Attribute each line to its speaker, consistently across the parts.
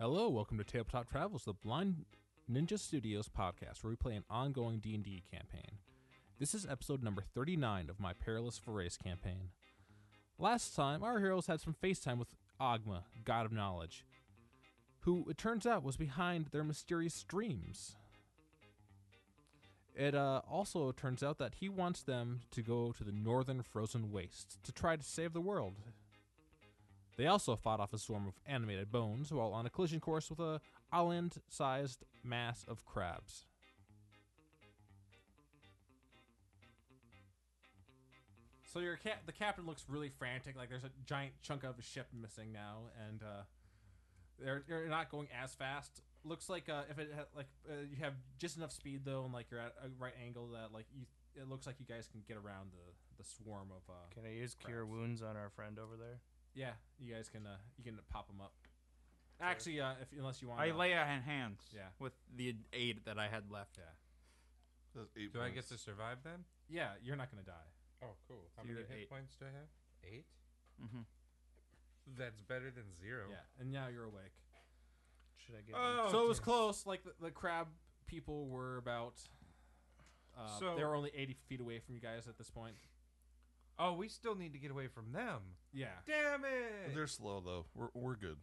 Speaker 1: Hello, welcome to Tabletop Travels, the Blind Ninja Studios podcast, where we play an ongoing D&D campaign. This is episode number 39 of my Perilous Forays campaign. Last time, our heroes had some FaceTime with Agma, God of Knowledge, who, it turns out, was behind their mysterious dreams. It uh, also turns out that he wants them to go to the northern frozen wastes to try to save the world. They also fought off a swarm of animated bones while on a collision course with a island-sized mass of crabs. So your cap- the captain looks really frantic. Like there's a giant chunk of a ship missing now, and uh, they're they're not going as fast. Looks like uh, if it ha- like uh, you have just enough speed though, and like you're at a right angle that like you it looks like you guys can get around the the swarm of uh,
Speaker 2: Can I use cure
Speaker 1: Crabs.
Speaker 2: wounds on our friend over there?
Speaker 1: yeah. You guys can uh, you can pop them up. Actually, uh, if unless you want,
Speaker 3: I lay on hands.
Speaker 1: Yeah.
Speaker 3: With the aid that I had left.
Speaker 1: Yeah,
Speaker 4: Those eight
Speaker 5: Do I get
Speaker 4: points.
Speaker 5: to survive then?
Speaker 1: yeah. You're not gonna die.
Speaker 5: Oh, cool. How
Speaker 3: You're
Speaker 5: many
Speaker 3: at
Speaker 5: hit
Speaker 3: eight.
Speaker 5: points do I have? 8
Speaker 3: Mhm.
Speaker 5: That's better than zero.
Speaker 1: Yeah, and now you're awake.
Speaker 2: Should I get?
Speaker 5: Oh,
Speaker 1: so it was
Speaker 5: dear.
Speaker 1: close. Like the, the crab people were about. Uh,
Speaker 5: So-
Speaker 1: they were only 80 feet away from you guys at this point.
Speaker 5: Oh, we still need to get away from them.
Speaker 1: Yeah,
Speaker 5: Damn it!
Speaker 4: They're slow though. We're we're good.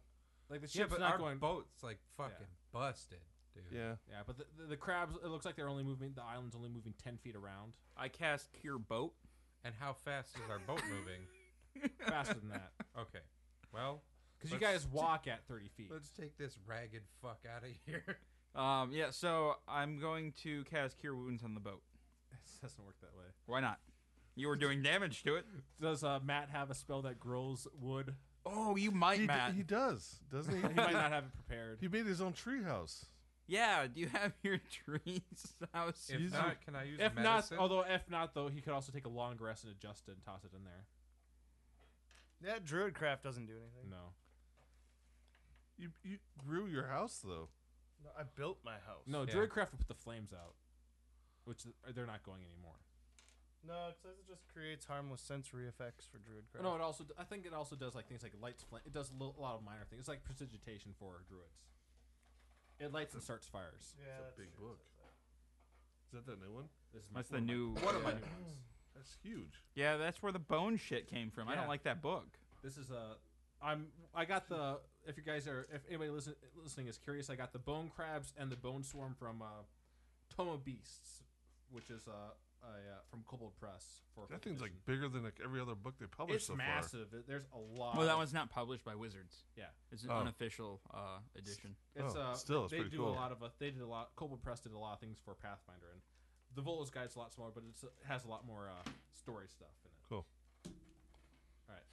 Speaker 1: like the
Speaker 5: yeah,
Speaker 1: ship's
Speaker 5: but
Speaker 1: not
Speaker 5: our
Speaker 1: going.
Speaker 5: boat's like fucking busted, dude.
Speaker 4: Yeah.
Speaker 1: yeah, but the, the, the crabs. It looks like they're only moving. The island's only moving 10 feet around.
Speaker 3: I cast cure boat.
Speaker 5: And how fast is our boat moving?
Speaker 1: Faster than that,
Speaker 5: Okay. Well,
Speaker 1: because you
Speaker 5: Let's-
Speaker 1: guys walk at 30 feet.
Speaker 5: let's take this ragged fuck out of here.
Speaker 3: Um, yeah, so I'm going to cast cure wounds on the boat.
Speaker 1: This doesn't work that way.
Speaker 3: Why not? You were doing damage to it.
Speaker 1: Does uh, Matt have a spell that grows wood?
Speaker 3: Oh, you might,
Speaker 4: He, d-
Speaker 3: Matt.
Speaker 4: he does, doesn't
Speaker 1: He
Speaker 4: he?
Speaker 1: might not have it prepared.
Speaker 4: he made his own treehouse.
Speaker 3: yeah, do you have your trees house?
Speaker 5: If not, can I use
Speaker 1: If not,
Speaker 5: medicine?
Speaker 1: although if not though, he could also take a long rest and adjust it and toss it in there.
Speaker 2: that druid craft doesn't do anything.
Speaker 1: No,
Speaker 4: You you grew your house though.
Speaker 2: No, I built my house.
Speaker 1: no,
Speaker 5: Yeah.
Speaker 1: Druidcraft would put the flames out, which th- uh, they're not going anymore.
Speaker 2: no, it says it just creates harmless sensory effects for druid craft.
Speaker 1: Oh, No, it also I think it also does like things like lights. Flame. It does a lo- a lot of minor things. It's like prestidigitation for druids. It lights and starts fires.
Speaker 2: yeah,
Speaker 4: It's a big book. Is that that new one?
Speaker 1: This is my,
Speaker 3: that's the new.
Speaker 1: one of my new ones.
Speaker 4: That's huge.
Speaker 3: Yeah, that's where the bone shit came from. I
Speaker 1: Yeah.
Speaker 3: don't like that book.
Speaker 1: This is a. I'm. I got the. If you guys are, if anybody listen, listening is curious, I got the bone crabs and the bone swarm from uh, Toma Beasts, which is uh, a, uh, from Kobold Press. For
Speaker 4: That
Speaker 1: Fifth
Speaker 4: thing's like
Speaker 1: Edition.
Speaker 4: bigger than like every other book they published
Speaker 1: It's
Speaker 4: so
Speaker 1: massive. It- There's a lot.
Speaker 3: Well, that one's not published by Wizards.
Speaker 1: Yeah.
Speaker 3: It's an
Speaker 4: Oh.
Speaker 3: unofficial uh, edition.
Speaker 1: It's
Speaker 4: Oh,
Speaker 1: uh,
Speaker 4: still, it's
Speaker 1: they
Speaker 4: pretty
Speaker 1: do a
Speaker 4: cool.
Speaker 1: lot of uh, they did a lot. Kobold Press did a lot of things for Pathfinder, and the Volo's Guide's a lot smaller, but it's, it has a lot more uh, story stuff in it.
Speaker 4: far. Cool.
Speaker 1: All right.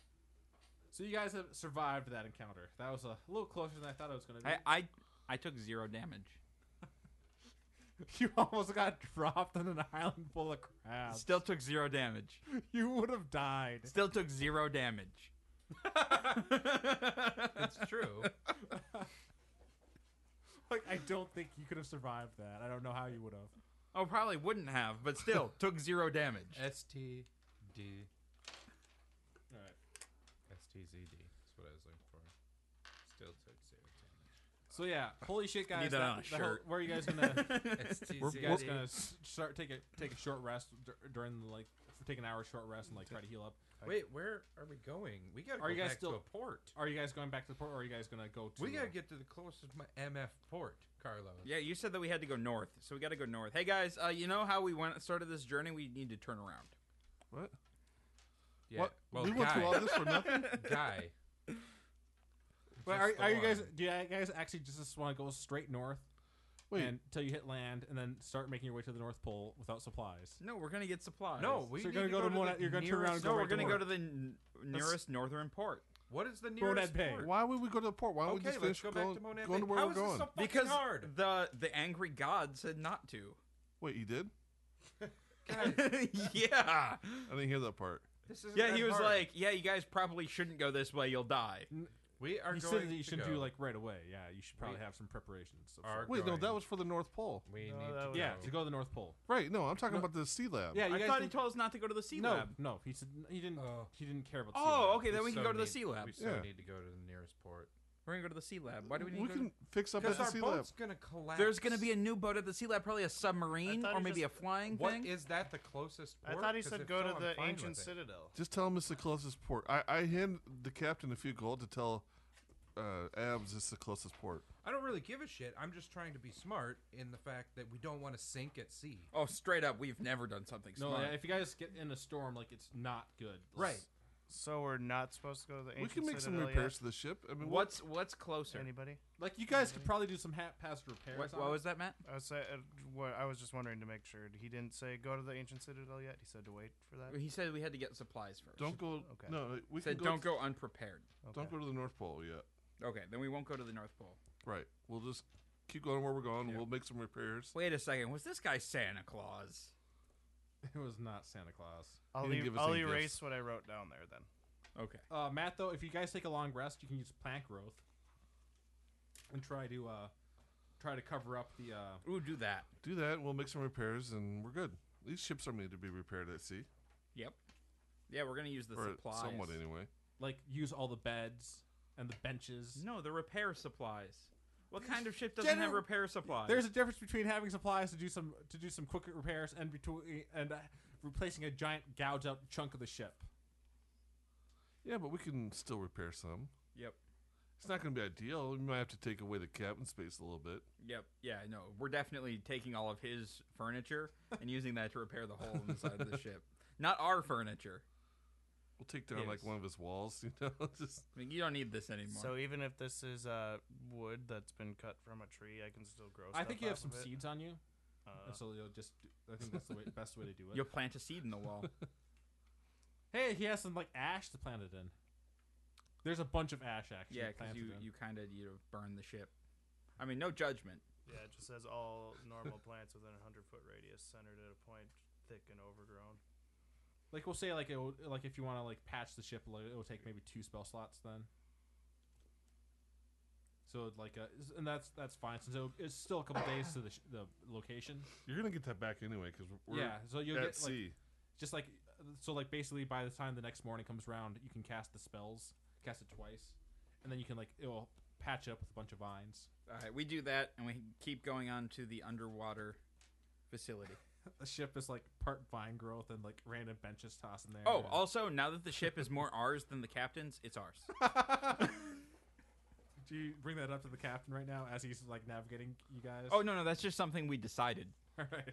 Speaker 1: So you guys have survived that encounter. That was a little closer than I thought it was going to be.
Speaker 3: I, I I took zero damage.
Speaker 1: you almost got dropped on an island full of crabs.
Speaker 3: Still took zero damage.
Speaker 1: you would have died.
Speaker 3: Still took zero damage.
Speaker 5: it's true.
Speaker 1: Like I don't think you could have survived that. I don't know how you would have.
Speaker 3: Oh, probably wouldn't have, but still took zero damage.
Speaker 5: S T D
Speaker 1: All right.
Speaker 5: S T Z D. That's what I was looking for. Still took zero
Speaker 1: So yeah, holy shit, guys!
Speaker 3: Need that on a
Speaker 1: the whole-
Speaker 3: shirt.
Speaker 1: where are you guys gonna?
Speaker 5: damage. S T
Speaker 1: You
Speaker 5: Z
Speaker 1: guys
Speaker 5: D.
Speaker 1: gonna s- start take a take a short rest dur- during the, like for take an hour short rest and like try to heal up.
Speaker 5: Wait, where are we going? We gotta
Speaker 1: Are
Speaker 5: go
Speaker 1: you guys
Speaker 5: back
Speaker 1: still-
Speaker 5: to a port.
Speaker 1: Are you guys going back to the port? or Are you guys gonna go to?
Speaker 5: We gotta
Speaker 1: uh,
Speaker 5: get to the closest my MF port, Carlos.
Speaker 3: Yeah, you said that we had to go north, so we got to go north. Hey guys, uh, you know how we went started this journey? We need to turn around.
Speaker 4: What?
Speaker 5: Yeah.
Speaker 4: What?
Speaker 5: Well,
Speaker 4: we
Speaker 5: guy,
Speaker 4: went through all this for nothing.
Speaker 5: guy.
Speaker 1: But are,
Speaker 5: Just the
Speaker 1: are you guys?
Speaker 5: one.
Speaker 1: Do you guys actually just want to go straight north
Speaker 4: Wait.
Speaker 1: until you hit land and then start making your way to the North Pole without supplies?
Speaker 3: No, we're gonna get supplies.
Speaker 5: No, we
Speaker 1: So you're gonna
Speaker 5: need to
Speaker 1: go to
Speaker 5: go,
Speaker 1: Mona-
Speaker 5: the
Speaker 1: you're gonna turn around and
Speaker 5: nearest-
Speaker 3: no, we're
Speaker 1: right to
Speaker 3: gonna go
Speaker 1: north.
Speaker 3: to the n- nearest northern port
Speaker 5: What is the
Speaker 1: Monad
Speaker 5: nearest
Speaker 1: Bay.
Speaker 5: port?
Speaker 4: Why would we go to the port? Why don't we
Speaker 5: Okay,
Speaker 4: just
Speaker 5: let's
Speaker 4: finish
Speaker 5: go back
Speaker 4: going,
Speaker 5: to Monad
Speaker 4: going
Speaker 5: Bay.
Speaker 4: to where
Speaker 5: How
Speaker 4: we're
Speaker 5: is this
Speaker 4: going?
Speaker 5: so fucking
Speaker 3: because
Speaker 5: hard?
Speaker 3: the the angry god said not to.
Speaker 4: Wait, you did?
Speaker 3: yeah,
Speaker 4: I didn't hear that part.
Speaker 5: This isn't
Speaker 3: yeah.
Speaker 5: that
Speaker 3: He was
Speaker 5: hard.
Speaker 3: like, "Yeah, you guys probably shouldn't go this way. You'll die."
Speaker 5: "We are
Speaker 1: You
Speaker 5: going
Speaker 1: said that you
Speaker 5: to
Speaker 1: should
Speaker 5: go.
Speaker 1: do like right away. Yeah, you should probably
Speaker 5: We
Speaker 1: have some preparations. of
Speaker 5: are
Speaker 1: sorts.
Speaker 4: Wait, no,
Speaker 5: going-
Speaker 4: that was for the North Pole.
Speaker 5: We
Speaker 2: No,
Speaker 5: need
Speaker 2: that
Speaker 5: to
Speaker 2: was-
Speaker 5: go.
Speaker 1: Yeah, to go to the North Pole.
Speaker 4: Right? No, I'm talking about the sea lab.
Speaker 1: Yeah, you
Speaker 3: I
Speaker 1: guys.
Speaker 3: thought
Speaker 1: can-
Speaker 3: he told us not to go to the sea
Speaker 1: no,
Speaker 3: lab.
Speaker 1: no, he said he didn't.
Speaker 5: Oh.
Speaker 1: he didn't care about. The sea
Speaker 3: Oh,
Speaker 1: lab.
Speaker 3: okay. Then we, can
Speaker 5: so
Speaker 3: go to the
Speaker 5: need-
Speaker 3: sea lab.
Speaker 5: We still
Speaker 4: Yeah.
Speaker 5: need to go to the nearest port.
Speaker 3: We're gonna go to the sea lab. Why do we need
Speaker 4: We
Speaker 3: to go
Speaker 4: can fix up at
Speaker 5: Because
Speaker 4: the
Speaker 5: our
Speaker 4: sea lab.
Speaker 5: boat's gonna
Speaker 3: to-
Speaker 5: collapse.
Speaker 3: There's gonna be a new boat at the sea lab, probably a submarine
Speaker 2: I thought
Speaker 3: or
Speaker 2: he
Speaker 3: maybe
Speaker 2: just-
Speaker 3: a flying
Speaker 5: What
Speaker 3: thing.
Speaker 5: is that? The closest.
Speaker 2: I
Speaker 5: port?
Speaker 2: thought he
Speaker 5: 'Cause
Speaker 2: said
Speaker 5: if
Speaker 2: go
Speaker 5: so,
Speaker 2: to
Speaker 5: I'm
Speaker 2: the
Speaker 5: fine
Speaker 2: ancient
Speaker 5: with it.
Speaker 2: citadel.
Speaker 4: Just tell him it's the closest port. I, I hand the captain a few gold to tell uh, Abs it's the closest port.
Speaker 5: I don't really give a shit. I'm just trying to be smart in the fact that we don't want to sink at sea.
Speaker 3: Oh, straight up, we've never done something
Speaker 1: No,
Speaker 3: smart.
Speaker 1: yeah, if you guys get in a storm, like it's not good.
Speaker 5: Right.
Speaker 2: So we're not supposed to go to the ancient
Speaker 4: We can make some
Speaker 2: citadel
Speaker 4: repairs to the ship. I mean, what?
Speaker 3: what's what's closer?
Speaker 2: Yet? Anybody?
Speaker 1: Like you guys could probably do some haphazard repairs.
Speaker 3: What,
Speaker 1: on
Speaker 3: what
Speaker 1: it.
Speaker 3: was that, Matt?
Speaker 2: I was say, uh, what, I was just wondering to make sure he didn't say go to the ancient citadel yet. He said to wait for that.
Speaker 3: He said we had to get supplies 1st
Speaker 4: Don't go.
Speaker 2: Okay.
Speaker 4: No, we
Speaker 3: said
Speaker 4: can go
Speaker 3: don't
Speaker 4: to-
Speaker 3: go unprepared.
Speaker 4: Don't go to the North Pole yet.
Speaker 3: Okay, then we won't go to the North Pole.
Speaker 4: Right. We'll just keep going where we're going.
Speaker 3: Yeah.
Speaker 4: We'll make some repairs.
Speaker 3: Wait a second, was this guy Santa Claus?
Speaker 1: It was not Santa Claus.
Speaker 2: I'll,
Speaker 4: didn't
Speaker 2: e-
Speaker 4: give us
Speaker 2: I'll
Speaker 4: any gifts.
Speaker 2: erase what I wrote down there then.
Speaker 3: Okay.
Speaker 1: Uh, Matt, though, if you guys take a long rest, you can use plant growth and try to uh, try to cover up the. Uh,
Speaker 3: Ooh, do that.
Speaker 4: Do that. We'll make some repairs, and we're good. These ships are made to be repaired at sea,
Speaker 3: Yep. Yeah, we're gonna use the
Speaker 4: or
Speaker 3: supplies.
Speaker 4: somewhat anyway.
Speaker 1: like use all the beds and the benches.
Speaker 3: No, the repair supplies. What kind of ship doesn't have
Speaker 1: Gener-
Speaker 3: repair supplies?
Speaker 1: There's a difference between having supplies to do some to do some quick repairs and between and uh, replacing a giant gouged out chunk of the ship.
Speaker 4: Yeah, but we can still repair some.
Speaker 3: Yep.
Speaker 4: It's not going to be ideal. We might have to take away the cabin space a little bit.
Speaker 3: Yep. Yeah, no. We're definitely taking all of his furniture and using that to repair the hole inside of the ship. Not our furniture.
Speaker 4: We'll take down like
Speaker 3: Yes.
Speaker 4: one of his walls, you know. Just
Speaker 3: I mean, you don't need this anymore.
Speaker 2: So even if this is uh, wood that's been cut from a tree, I can still grow.
Speaker 1: I
Speaker 2: stuff
Speaker 1: think you have
Speaker 2: off
Speaker 1: some
Speaker 2: of it.
Speaker 1: seeds on you,
Speaker 2: Uh,
Speaker 1: and so you'll just. Do, I think that's the way, best way to do it.
Speaker 3: You'll plant a seed in the wall.
Speaker 1: Hey, he has some like ash to plant it in. There's a bunch of ash actually.
Speaker 3: yeah, because
Speaker 1: planted
Speaker 3: you,
Speaker 1: in.
Speaker 3: you kind of you know, burn the ship. I mean, no judgment.
Speaker 2: yeah, it just says all normal plants within a hundred foot radius, centered at a point, thick and overgrown.
Speaker 1: Like we'll say like it will, like if you want to like patch the ship, like, it will take maybe two spell slots then. So it, like uh, is- and that's that's fine. Since it'll- it's still a couple days to the, sh- the location.
Speaker 4: you're going to get that back anyway because we're
Speaker 1: yeah, so you'll
Speaker 4: at
Speaker 1: get like
Speaker 4: sea.
Speaker 1: just like so like basically by the time the next morning comes around, you can cast the spells, cast it twice, and then you can like it will patch it up with a bunch of vines.
Speaker 3: All right, we do that, and we keep going on to the underwater facility.
Speaker 1: The ship is like part vine growth and like random benches tossed in there.
Speaker 3: Oh, also, now that the ship is more ours than the captain's, it's ours.
Speaker 1: do you bring that up to the captain right now as he's like navigating you guys?
Speaker 3: Oh no, no, that's just something we decided.
Speaker 1: all right.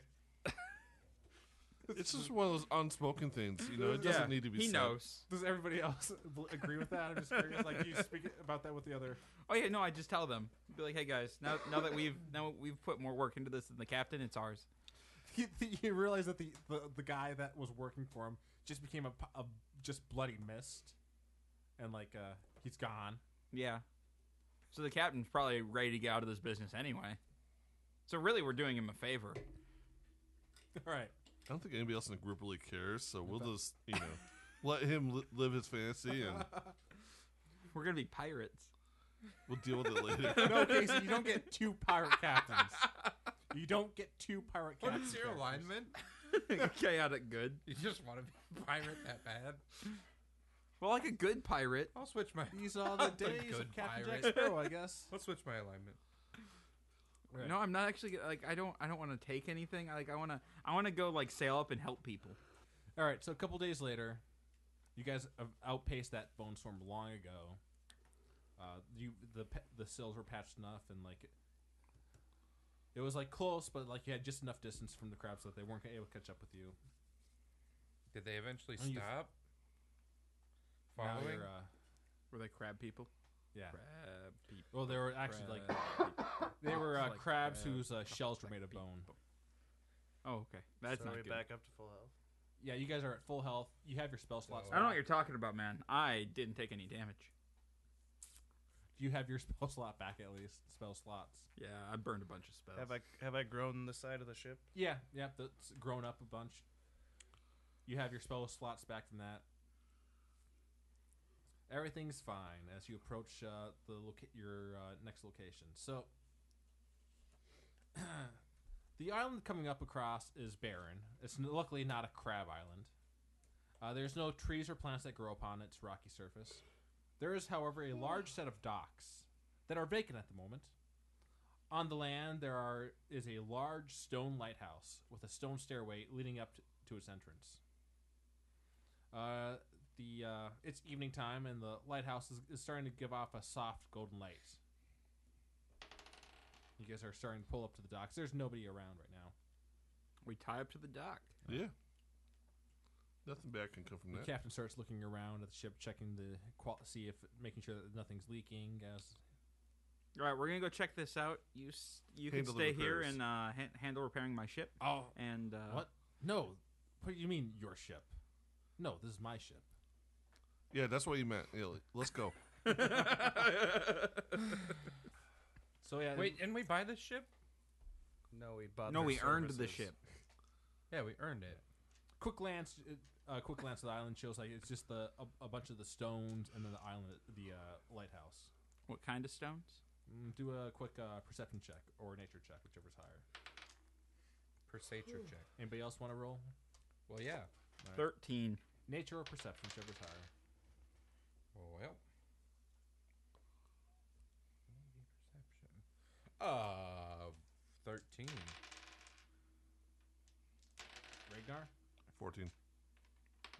Speaker 4: It's just one of those unspoken things, you know. It
Speaker 3: Yeah,
Speaker 4: doesn't need to be.
Speaker 3: He
Speaker 4: said.
Speaker 3: knows.
Speaker 1: Does everybody else bl- agree with that? I'm just curious. Like, do you speak about that with the other?
Speaker 3: Oh yeah, no, I just tell them. Be like, hey guys, now now that we've now we've put more work into this than the captain, it's ours.
Speaker 1: You, you realize that the, the the guy that was working for him just became a, p- a just bloody mist, and like uh he's gone.
Speaker 3: Yeah. So the captain's probably ready to get out of this business anyway. So really, we're doing him a favor.
Speaker 1: All right.
Speaker 4: I don't think anybody else in the group really cares, so we'll just you know let him li- live his fantasy, and
Speaker 3: We're gonna be pirates.
Speaker 4: we'll deal with it later.
Speaker 1: No, Casey, you don't get two pirate captains. You don't get two pirate captains. characters.
Speaker 3: Chaotic good.
Speaker 5: You just want to be a pirate that bad?
Speaker 3: Well, like a good pirate.
Speaker 5: I'll switch my.
Speaker 1: These are the
Speaker 5: I'm a
Speaker 1: days
Speaker 5: good
Speaker 1: of Captain
Speaker 5: pirate.
Speaker 1: Jack Sparrow, I guess.
Speaker 5: I'll switch my alignment.
Speaker 1: Right.
Speaker 3: No, I'm not actually like I don't I don't want to take anything. I, Like I wanna I wanna go like sail up and help people.
Speaker 1: All right, so a couple days later, you guys have outpaced that bone storm long ago. Uh, you the pa- the sills were patched enough, and like it was like close, but like you had just enough distance from the crabs that they weren't able to catch up with you.
Speaker 5: Did they eventually
Speaker 1: Oh, you-
Speaker 5: stop?
Speaker 1: Now
Speaker 5: Following?
Speaker 1: you're, uh,
Speaker 3: Were they crab people?
Speaker 1: yeah.
Speaker 3: Crab people.
Speaker 1: Well, they were actually like
Speaker 3: Crab people.
Speaker 1: they were uh,
Speaker 3: Like
Speaker 1: crabs
Speaker 3: crab.
Speaker 1: whose uh, shells were made of bone.
Speaker 3: Oh, okay. That's
Speaker 2: so
Speaker 3: not
Speaker 2: are we
Speaker 3: good.
Speaker 2: back up to full health.
Speaker 1: Yeah, you guys are at full health. You have your spell slots.
Speaker 3: I
Speaker 5: I
Speaker 3: don't know what
Speaker 1: back.
Speaker 3: you're talking about, man. I didn't take any damage.
Speaker 1: You have your spell slot back at least. Spell slots.
Speaker 3: Yeah, I burned a bunch of spells.
Speaker 2: Have I have I grown the side of the ship?
Speaker 1: Yeah, yeah, that's grown up a bunch. You have your spell slots back from that. Everything's fine as you approach uh, the loca- your uh, next location. So, the island coming up across is barren. It's n- luckily not a crab island. Uh, there's no trees or plants that grow upon its rocky surface. There is, however, a large set of docks that are vacant at the moment. On the land, there are is a large stone lighthouse with a stone stairway leading up t- to its entrance. Uh, the uh, it's evening time, and the lighthouse is, is starting to give off a soft golden light. You guys are starting to pull up to the docks. There's nobody around right now.
Speaker 3: We tie up to the dock.
Speaker 4: Yeah. Nothing bad can come from
Speaker 1: The
Speaker 4: that.
Speaker 1: captain starts looking around at the ship, checking the qual- see if making sure that nothing's leaking. As
Speaker 3: All right, we're gonna go check this out. You s- you
Speaker 4: Handle the
Speaker 3: can stay here
Speaker 4: repairs.
Speaker 3: and uh, han- handle repairing my ship.
Speaker 1: oh,
Speaker 3: And uh,
Speaker 1: What? No. What do you mean your ship? No, this is my ship.
Speaker 4: Yeah, that's what you meant. Yeah, let's go.
Speaker 1: So yeah,
Speaker 5: Wait, and we buy this ship?
Speaker 2: No, we bought.
Speaker 3: No,
Speaker 2: their
Speaker 3: we earned the
Speaker 2: services.
Speaker 3: ship.
Speaker 5: Yeah, we earned it.
Speaker 1: quick glance, uh, uh, quick glance at the island shows like it's just the a, a bunch of the stones and then the island, the uh, lighthouse.
Speaker 3: What kind of stones?
Speaker 1: Mm, do a quick uh, perception check or nature check, whichever's higher.
Speaker 5: Persature check.
Speaker 1: Anybody else want to roll?
Speaker 5: Well, yeah.
Speaker 1: All right.
Speaker 3: Thirteen.
Speaker 1: Nature or perception, whichever's higher.
Speaker 5: Well. Maybe Perception. Uh, 13.
Speaker 1: Ragnar,
Speaker 4: 14.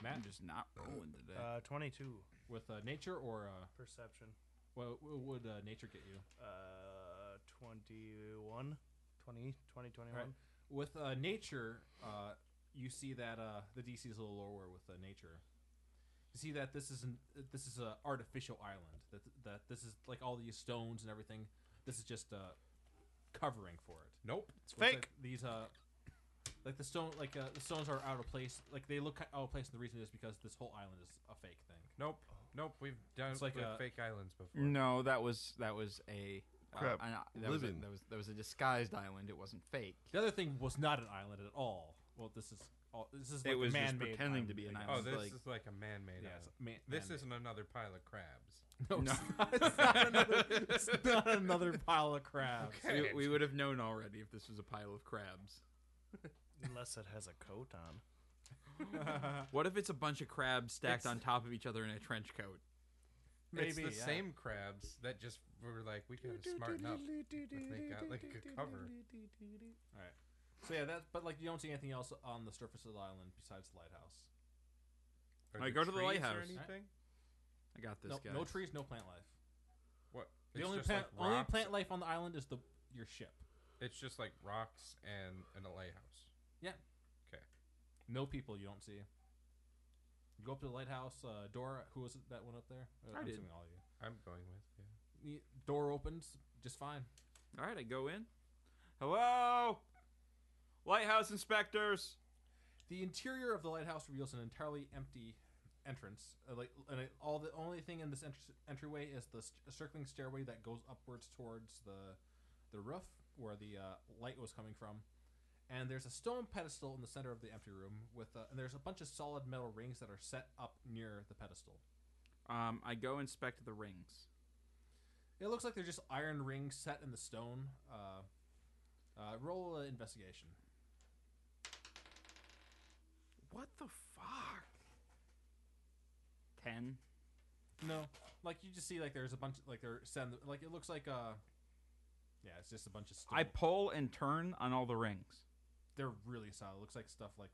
Speaker 1: Matt,
Speaker 3: I'm just not rolling today.
Speaker 2: Uh, twenty-two
Speaker 1: with uh, nature or uh,
Speaker 2: perception.
Speaker 1: what, what would uh, nature get you?
Speaker 2: Uh, 21, 20, 20, 21.
Speaker 1: Alright. With uh, nature, uh, you see that uh, the DC is a little lower with uh, nature. You see that this is an, this is a artificial island. That that this is like all these stones and everything. This is just a covering for it.
Speaker 5: Nope.
Speaker 1: It's fake. these uh, like the stone, like uh, the stones are out of place. Like they look ki- out of place, and the reason is because this whole island is a fake thing.
Speaker 5: Nope. Nope. We've done
Speaker 1: It's like
Speaker 5: with
Speaker 1: a-
Speaker 5: fake islands before.
Speaker 3: no, that was that was a uh,
Speaker 4: Crap.
Speaker 3: an- that, was a,
Speaker 4: Living.
Speaker 3: that was that was a disguised island. It wasn't fake.
Speaker 1: The other thing was not an island at all. Well, this is all, this is
Speaker 3: It
Speaker 1: like
Speaker 3: was just
Speaker 1: man
Speaker 3: pretending to be an
Speaker 5: Oh,
Speaker 3: It's
Speaker 5: this
Speaker 3: like-
Speaker 5: is like a man-made
Speaker 1: Yes,
Speaker 5: island.
Speaker 1: man,
Speaker 5: This
Speaker 1: man-made.
Speaker 5: isn't another pile of crabs.
Speaker 1: No,
Speaker 3: No.
Speaker 1: It's, not, it's not another, it's not another pile of crabs.
Speaker 3: We, we would have known already if this was a pile of crabs.
Speaker 2: Unless it has a coat on.
Speaker 3: What if it's a bunch of crabs stacked
Speaker 5: It's-
Speaker 3: on top of each other in a trench coat?
Speaker 1: Maybe
Speaker 5: it's the
Speaker 1: yeah.
Speaker 5: same crabs that just were like, we gotta smarten up. But they got uh, like a cover.
Speaker 1: All right. So yeah, that's but like you don't see anything else on the surface of the island besides the lighthouse.
Speaker 5: Are
Speaker 3: All right,
Speaker 5: there
Speaker 3: go to the
Speaker 5: trees or
Speaker 3: lighthouse.
Speaker 5: anything?
Speaker 3: I got this
Speaker 1: No,
Speaker 3: guy.
Speaker 1: no trees, no plant life.
Speaker 5: What?
Speaker 1: The
Speaker 5: it's
Speaker 1: only
Speaker 5: just
Speaker 1: plant,
Speaker 5: like
Speaker 1: only
Speaker 5: rocks-
Speaker 1: plant life on the island is the your ship.
Speaker 5: It's just like rocks and, and a lighthouse.
Speaker 1: Yeah.
Speaker 5: Okay.
Speaker 1: No people you don't see. You go up to the lighthouse. Uh, door. Who was it that went up there? Uh,
Speaker 3: I
Speaker 1: I'm
Speaker 3: did.
Speaker 1: assuming all of
Speaker 5: I'm going with yeah.
Speaker 1: you. The door opens just fine.
Speaker 3: All right, I go in. Hello, lighthouse inspectors.
Speaker 1: The interior of the lighthouse reveals an entirely empty entrance. Uh, like, and it, all the only thing in this entr- entryway is the st- circling stairway that goes upwards towards the the roof where the uh, light was coming from. And there's a stone pedestal in the center of the empty room with, uh, and there's a bunch of solid metal rings that are set up near the pedestal.
Speaker 3: Um, I go inspect the rings.
Speaker 1: It looks like they're just iron rings set in the stone. Uh, uh, roll an investigation.
Speaker 3: What the fuck? Ten.
Speaker 1: No, like you just see, like there's a bunch, like they're send, like it looks like, uh, yeah, it's just a bunch of stone.
Speaker 3: I pull and turn on all the rings.
Speaker 1: they're really solid. It looks like stuff like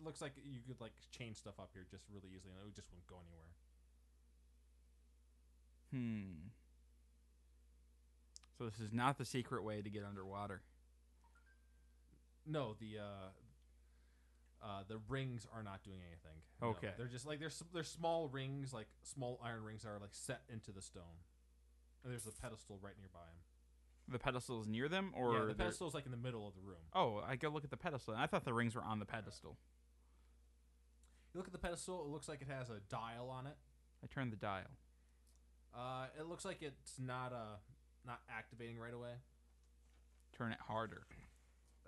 Speaker 1: it looks like you could like change stuff up here just really easily, and it just wouldn't go anywhere.
Speaker 3: Hmm. So this is not the secret way to get underwater.
Speaker 1: No, the uh, uh, the rings are not doing anything. No,
Speaker 3: Okay.
Speaker 1: they're just like they're s- they're small rings, like small iron rings that are like set into the stone. And there's a pedestal right nearby him.
Speaker 3: The pedestal is near them, or
Speaker 1: yeah, the
Speaker 3: they're-
Speaker 1: pedestal's like in the middle of the room.
Speaker 3: Oh, I go look at the pedestal. I thought the rings were on the pedestal.
Speaker 1: You look at the pedestal; it looks like it has a dial on it.
Speaker 3: I turn the dial.
Speaker 1: Uh, it looks like it's not uh not activating right away.
Speaker 3: Turn it harder.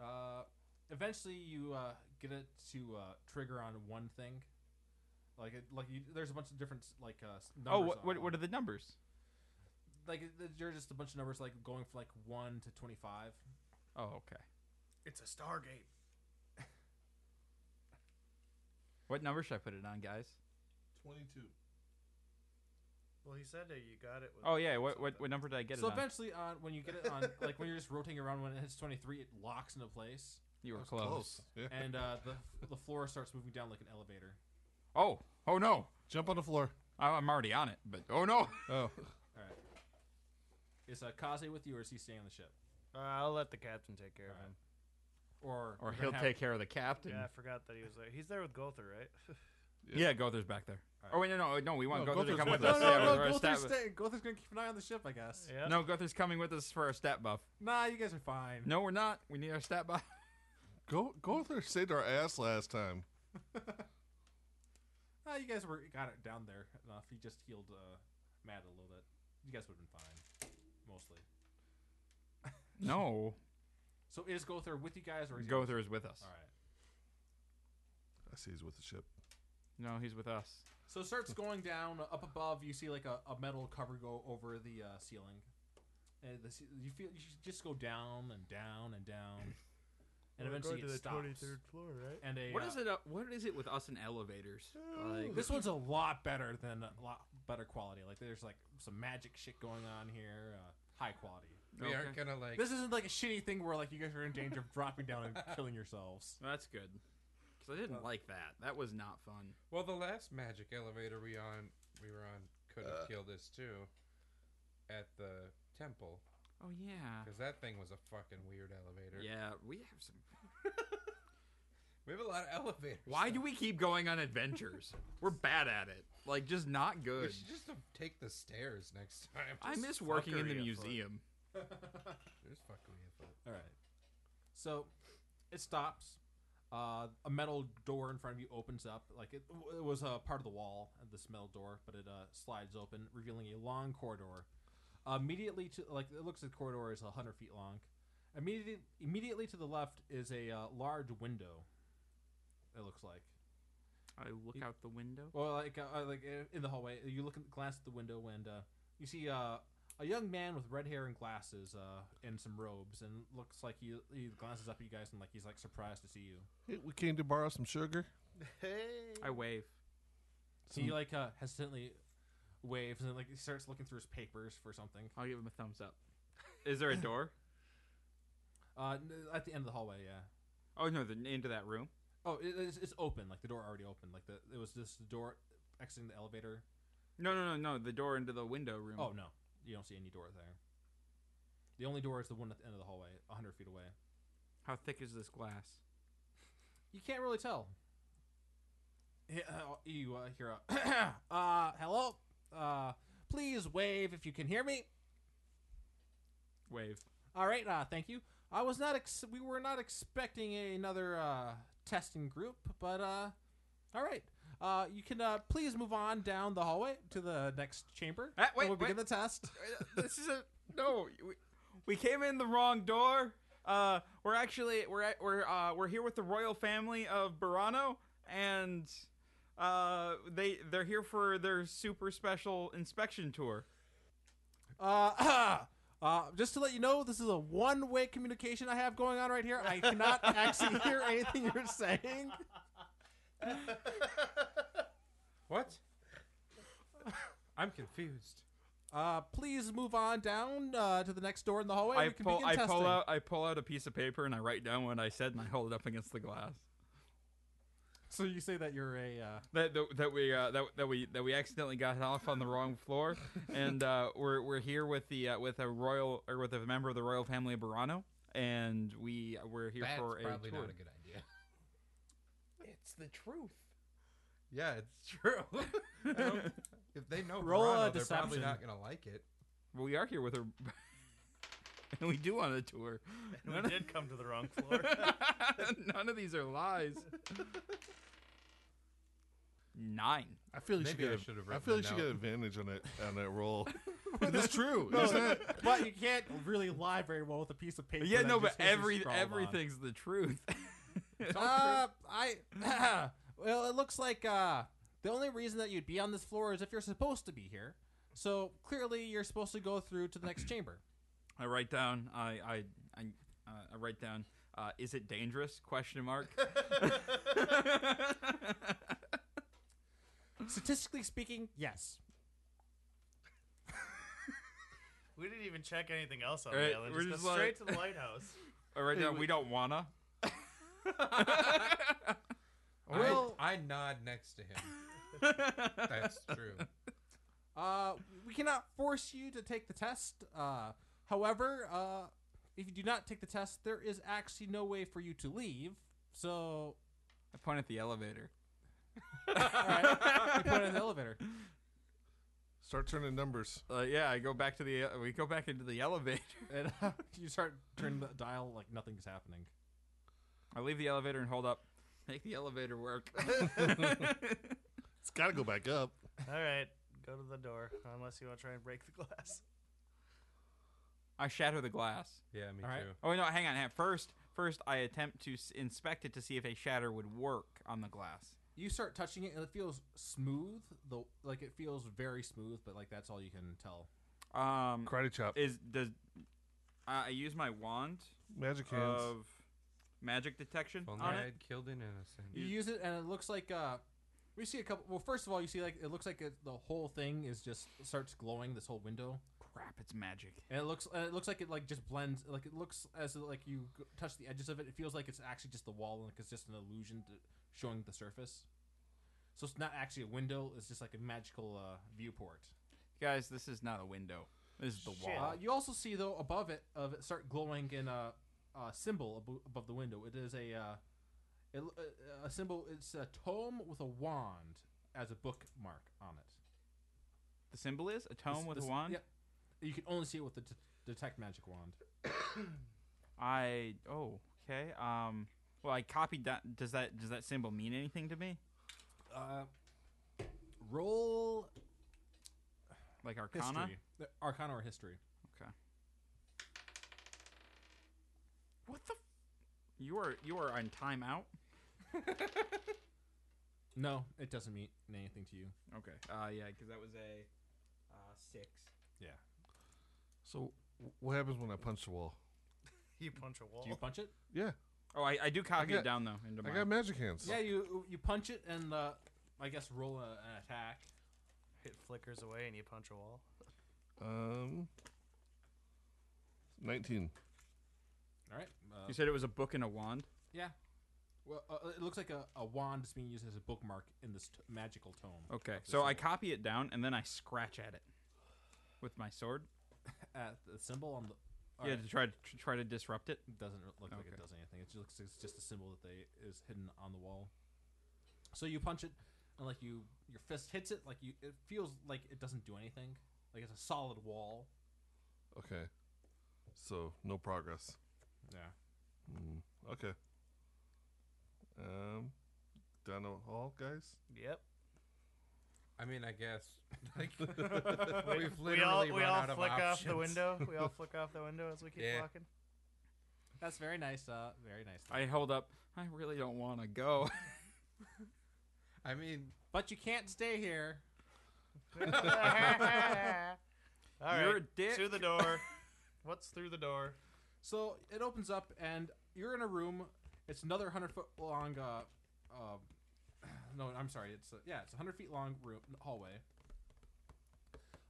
Speaker 1: Uh, eventually, you uh, get it to uh, trigger on one thing. Like it, like you, there's a bunch of different like uh, s- numbers.
Speaker 3: oh, what, what
Speaker 1: on
Speaker 3: what are
Speaker 1: it.
Speaker 3: the numbers?
Speaker 1: like it- it- there's just a bunch of numbers like going from like one to twenty five.
Speaker 3: Oh, okay.
Speaker 2: It's a Stargate.
Speaker 3: What number should I put it on, guys?
Speaker 4: 22.
Speaker 2: Well, he said that you got it. With
Speaker 3: Oh yeah, what what, what number did I get
Speaker 1: so
Speaker 3: it on?
Speaker 1: eventually, on when you get it on, like when you're just rotating around, when it hits 23, it locks into place,
Speaker 3: You were
Speaker 4: That was
Speaker 3: close.
Speaker 4: Yeah.
Speaker 1: and uh, the the floor starts moving down like an elevator.
Speaker 3: Oh, oh no,
Speaker 4: Jump on the floor.
Speaker 3: I, I'm already on it. But oh no,
Speaker 4: Oh,
Speaker 1: All right. Is uh, Kaze with you, or is he staying on the ship?
Speaker 2: Uh, I'll let the captain take care of
Speaker 1: Alright.
Speaker 2: him.
Speaker 1: Or you're
Speaker 3: or
Speaker 1: gonna
Speaker 3: he'll
Speaker 1: have-
Speaker 3: take care of the captain.
Speaker 2: Yeah, I forgot that he was there. He's there with Gother, right?
Speaker 3: Yeah, Gother's back there.
Speaker 1: All
Speaker 3: Oh wait, no, no, no. We want
Speaker 4: No,
Speaker 3: Gother to
Speaker 4: Gother's
Speaker 3: come with
Speaker 4: with
Speaker 3: us.
Speaker 4: us.
Speaker 3: yeah,
Speaker 4: No,
Speaker 3: with
Speaker 1: no,
Speaker 3: our
Speaker 1: no, Gother's,
Speaker 3: stat bu-
Speaker 1: staying. Gother's gonna keep an eye on the ship, I guess.
Speaker 2: yeah.
Speaker 3: no, Gother's coming with us for our stat buff.
Speaker 1: Nah, you guys are fine.
Speaker 3: No, we're not. We need our stat buff.
Speaker 4: go go out there. Saved our ass last time.
Speaker 1: Nah, you guys were got it down there enough. He just healed uh, Matt a little bit. You guys would have been fine, mostly.
Speaker 3: No,
Speaker 1: So is Gother with you guys, or is he-
Speaker 3: Gother is with us.
Speaker 1: All right.
Speaker 4: I see he's with the ship.
Speaker 3: No, he's with us.
Speaker 1: So it starts going down up above. You see like a, a metal cover go over the uh, ceiling. And the, ce- you feel you just go down and down and down, and eventually
Speaker 2: to
Speaker 1: it
Speaker 2: the
Speaker 1: stops.
Speaker 2: third floor, right?
Speaker 1: And a
Speaker 3: What
Speaker 1: uh,
Speaker 3: is it? Uh, what is it with us and elevators? Like,
Speaker 1: This one's a lot better than a lot better quality. Like there's like some magic shit going on here. Uh, high quality.
Speaker 5: We
Speaker 3: Oh, okay.
Speaker 5: aren't gonna like.
Speaker 1: This isn't like a shitty thing where like you guys are in danger of dropping down and killing yourselves.
Speaker 3: Well, that's good. Because I didn't like that. That was not fun.
Speaker 5: Well, the last magic elevator we on we were on could have
Speaker 3: Uh.
Speaker 5: killed us too, at the temple,
Speaker 3: Oh yeah.
Speaker 5: because that thing was a fucking weird elevator.
Speaker 3: Yeah, we have some.
Speaker 5: We have a lot of elevators.
Speaker 3: Why do we keep going on adventures? We're bad at it. Like, just not
Speaker 5: We
Speaker 3: good.
Speaker 5: should just uh, take the stairs next time.
Speaker 3: I
Speaker 5: Just
Speaker 3: miss working in the
Speaker 2: fuckery afoot.
Speaker 3: museum.
Speaker 5: There's fuckery afoot.
Speaker 1: All right. So it stops. Uh, a metal door in front of you opens up. Like it, it was a part of the wall, this metal door, but it uh, slides open, revealing a long corridor. immediately to like it looks like the corridor is hundred feet long. Immediately, immediately to the left is a uh, large window. It looks like.
Speaker 3: I look out the window.
Speaker 1: Well, like uh, uh, like uh, in the hallway, you look at, glance at the window, and uh, you see uh, a young man with red hair and glasses, uh, and some robes, and looks like he he glances up at you guys and like he's like surprised to see you.
Speaker 4: Hey, we came to borrow some sugar.
Speaker 2: Hey.
Speaker 3: I wave.
Speaker 1: he like uh, hesitantly waves and like he starts looking through his papers for something.
Speaker 3: I'll give him a thumbs up. Is there a door?
Speaker 1: Uh, n- at the end of the hallway, yeah.
Speaker 3: Oh no, the into that room.
Speaker 1: Oh, it, it's, it's open. Like the door already opened. Like the it was just the door exiting the elevator.
Speaker 3: No, no, no, no. The door into the window room.
Speaker 1: Oh no, you don't see any door there. The only door is the one at the end of the hallway, hundred feet away.
Speaker 3: how thick is this glass?
Speaker 1: You can't really tell. He- uh, You uh, hear a uh, hello. Uh, please wave if you can hear me.
Speaker 3: Wave.
Speaker 1: All right. Uh, thank you. I was not. Ex- we were not expecting another uh, testing group, but uh, all right. Uh, you can uh, please move on down the hallway to the next chamber.
Speaker 3: Ah, wait,
Speaker 1: and we'll begin
Speaker 3: wait.
Speaker 1: the test.
Speaker 3: Uh, this is a no. We, we came in the wrong door. Uh, we're actually we're at, we're uh, we're here with the royal family of Burano, and uh, they they're here for their super special inspection tour.
Speaker 1: Uh, uh, just to let you know, this is a one-way communication I have going on right here. I cannot actually hear anything you're saying.
Speaker 5: What? I'm confused.
Speaker 1: Uh, please move on down uh, to the next door in the hallway.
Speaker 3: I
Speaker 1: we can
Speaker 3: pull
Speaker 1: begin
Speaker 3: I
Speaker 1: testing.
Speaker 3: pull out I pull out a piece of paper and I write down what I said and I hold it up against the glass.
Speaker 1: So you say that you're a uh,
Speaker 3: That, that, that we uh, that, that we that we accidentally got off on the wrong floor, and uh, we're, we're here with the uh, with a royal or with a member of the royal family of Burano, and we we're here
Speaker 5: That's
Speaker 3: for a
Speaker 5: probably
Speaker 3: tour.
Speaker 5: not a good idea. it's the truth. Yeah, it's true. I don't- if they know
Speaker 1: Roll a
Speaker 5: Verano, they're probably
Speaker 1: deception.
Speaker 5: not gonna like it.
Speaker 3: we are here with a, and we do want a tour.
Speaker 2: We did come to the wrong floor.
Speaker 3: None of these are lies. Nine.
Speaker 4: I feel you
Speaker 5: Maybe I
Speaker 4: should
Speaker 5: should have
Speaker 4: get. a- I
Speaker 5: written
Speaker 4: feel you
Speaker 5: the
Speaker 4: should get
Speaker 5: note.
Speaker 4: advantage on that on that roll. That's true. isn't it?
Speaker 1: but you can't really lie very well with a piece of paper.
Speaker 3: Yeah,
Speaker 1: that
Speaker 3: no, but
Speaker 1: just has you
Speaker 3: every
Speaker 1: scrawled on.
Speaker 3: everything's the truth.
Speaker 1: Uh, I well, it looks like uh, the only reason that you'd be on this floor is if you're supposed to be here. So clearly, you're supposed to go through to the next chamber.
Speaker 3: I write down. I I I, uh, I write down. Uh, is it dangerous? Question mark.
Speaker 1: Statistically speaking, yes.
Speaker 2: we didn't even check anything else on
Speaker 3: Right,
Speaker 2: the island.
Speaker 3: we're
Speaker 2: Just,
Speaker 3: just
Speaker 2: went
Speaker 3: like-
Speaker 2: straight to the lighthouse.
Speaker 3: All right,
Speaker 4: Hey,
Speaker 3: now
Speaker 4: we-
Speaker 3: we don't wanna.
Speaker 5: I-
Speaker 1: Well-
Speaker 5: I, nod next to him. That's true.
Speaker 1: Uh, we cannot force you to take the test. Uh, however, uh, if you do not take the test, there is actually no way for you to leave. So,
Speaker 3: I point at the elevator.
Speaker 1: all right, I put it in the elevator.
Speaker 4: Start turning numbers.
Speaker 3: Uh, yeah, I go back to the. uh, we go back into the elevator.
Speaker 1: And uh, you start turning the dial like nothing's happening.
Speaker 3: I leave the elevator and hold up. Make the elevator work.
Speaker 4: It's got to go back up.
Speaker 2: All right, go to the door. Unless you want to try and break the glass.
Speaker 3: I shatter the glass.
Speaker 5: Yeah, me
Speaker 1: All right.
Speaker 5: too.
Speaker 3: Oh wait, no, hang on. hang on. First, first I attempt to s- inspect it to see if a shatter would work on the glass.
Speaker 1: You start touching it, and it feels smooth. The like it feels very smooth, but like that's all you can tell.
Speaker 3: Um,
Speaker 4: Karate chop.
Speaker 3: is does uh, I use my wand
Speaker 4: Magic hands.
Speaker 1: uh,
Speaker 3: of magic detection
Speaker 5: If only
Speaker 3: on
Speaker 5: I
Speaker 3: it?
Speaker 5: had killed an innocent.
Speaker 1: You use it, and it looks like uh, we see a couple. Well, first of all, you see like it looks like it, the whole thing is just starts glowing. This whole window.
Speaker 3: Crap, it's magic.
Speaker 1: And it looks and it looks like it like just blends like it looks as though, like you g- touch the edges of it. It feels like it's actually just the wall and like it's just an illusion to showing the surface. So it's not actually a window. It's just like a magical uh, viewport.
Speaker 3: Guys, this is not a window. This is the
Speaker 2: Shit.
Speaker 1: Uh,
Speaker 3: wall.
Speaker 1: you also see though above it of it start glowing in a, a symbol abo- above the window. It is a uh, it, l- a- a symbol. It's a tome with a wand as a bookmark on it.
Speaker 3: The symbol is a tome
Speaker 1: This-
Speaker 3: with
Speaker 1: this-
Speaker 3: a wand.
Speaker 1: Yep. You can only see it with the t- detect magic wand.
Speaker 3: I oh okay. Um, well, I copied that. Does that does that symbol mean anything to me?
Speaker 1: Uh, roll
Speaker 3: Like Arcana?
Speaker 1: History. Uh, Arcana or history.
Speaker 3: Okay. What the? F- you are you are on timeout.
Speaker 1: No, it doesn't mean anything to you.
Speaker 3: Okay. Uh, yeah, because that was a uh, six.
Speaker 4: so, w- what happens when I punch the wall?
Speaker 2: You punch a wall.
Speaker 1: Do you punch it?
Speaker 4: Yeah,
Speaker 3: Oh, I, I do copy
Speaker 4: got-
Speaker 3: it down though into
Speaker 4: I
Speaker 3: mine.
Speaker 4: got magic hands.
Speaker 1: Yeah, you you punch it and uh, I guess roll a, an attack.
Speaker 2: it flickers away and you punch a wall.
Speaker 4: Um, 19.
Speaker 1: All right. Uh,
Speaker 3: you said it was a book and a wand.
Speaker 1: yeah. Well, uh, it looks like a, a wand is being used as a bookmark in this t- magical tome.
Speaker 3: Okay.
Speaker 1: of the
Speaker 3: So I
Speaker 1: symbol.
Speaker 3: copy it down and then I scratch at it with my sword.
Speaker 1: at Uh, the symbol on the.
Speaker 3: yeah,
Speaker 1: alright,
Speaker 3: to try to, to try to disrupt it.
Speaker 1: it doesn't look like it
Speaker 3: Okay.
Speaker 1: does anything. It just looks it's just a symbol that they is hidden on the wall. So you punch it, and like you, your fist hits it. Like you, it feels like it doesn't do anything. Like it's a solid wall.
Speaker 4: Okay. So, no progress.
Speaker 1: Yeah.
Speaker 4: Mm, okay. Um, down the hall, guys.
Speaker 2: Yep.
Speaker 5: I mean, I guess. Like,
Speaker 2: We-
Speaker 5: we've literally
Speaker 2: we all,
Speaker 5: run
Speaker 2: we all
Speaker 5: out of
Speaker 2: flick off
Speaker 5: options.
Speaker 2: the window. We all flick off the window as we keep
Speaker 5: Yeah.
Speaker 2: walking.
Speaker 1: That's very nice. Uh, very nice.
Speaker 3: I hold up. I really don't want to go.
Speaker 5: I mean,
Speaker 1: But you can't stay here.
Speaker 2: all right.
Speaker 3: You're a dick.
Speaker 2: Through the door. What's through the door?
Speaker 1: So it opens up, and you're in a room. It's another hundred foot long. Uh, uh, no, I'm sorry. It's uh, yeah, it's a hundred feet long room hallway.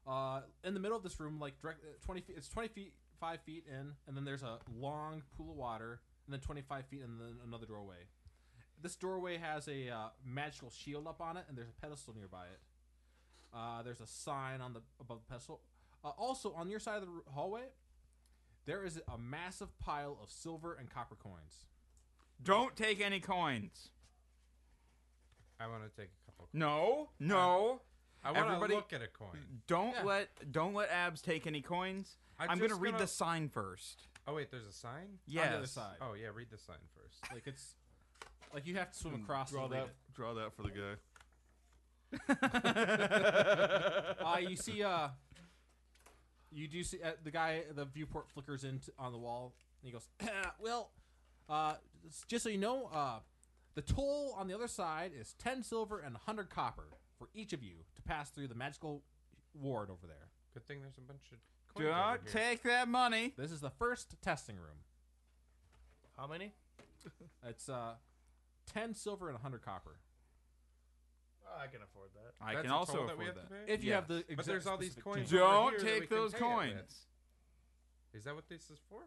Speaker 1: Uh, in the middle of this room, like direct uh, twenty feet. It's twenty feet, five feet in, and then there's a long pool of water, and then twenty five feet, and then another doorway. This doorway has a uh, magical shield up on it, and there's a pedestal nearby it. Uh, there's a sign on the above the pedestal. Uh, also, on your side of the r- hallway, there is a massive pile of silver and copper coins.
Speaker 3: don't take any coins.
Speaker 5: I want to take a couple.
Speaker 3: No. No.
Speaker 5: I want
Speaker 3: Everybody-
Speaker 5: to look at a coin.
Speaker 3: Don't
Speaker 1: Yeah.
Speaker 3: let don't let abs take any coins.
Speaker 5: I'm
Speaker 3: I'm, gonna
Speaker 5: just
Speaker 3: read
Speaker 5: gonna-
Speaker 3: the sign first.
Speaker 5: Oh wait, there's a sign.
Speaker 3: Yes.
Speaker 1: On the other side.
Speaker 5: Oh yeah, read the sign first.
Speaker 1: Like it's like you have to
Speaker 5: Hmm,
Speaker 1: swim across
Speaker 4: Hmm, Draw
Speaker 1: to read
Speaker 4: that. Draw that for the guy.
Speaker 1: it. Uh, you see uh you do see uh, the guy the viewport flickers into on the wall and he goes, "Well, uh s- just so you know, uh the toll on the other side is 10 silver and 100 copper for each of you to pass through the magical ward over there.
Speaker 5: Good thing there's a bunch of coins. over
Speaker 3: Don't
Speaker 5: here.
Speaker 3: take that money.
Speaker 1: This is the first testing room.
Speaker 2: How many?
Speaker 1: It's uh 10 silver and 100 copper.
Speaker 2: Oh, I can afford that.
Speaker 3: I
Speaker 5: That's
Speaker 3: can
Speaker 5: a
Speaker 3: also
Speaker 5: toll
Speaker 3: afford
Speaker 5: that we have to pay?
Speaker 1: If you have the
Speaker 5: But
Speaker 1: exact
Speaker 5: there's all these
Speaker 1: specific
Speaker 5: coins.
Speaker 1: details.
Speaker 3: Don't
Speaker 5: over here that we
Speaker 3: take
Speaker 5: can
Speaker 3: those
Speaker 5: pay it with.
Speaker 3: coins.
Speaker 5: Is that what this is for?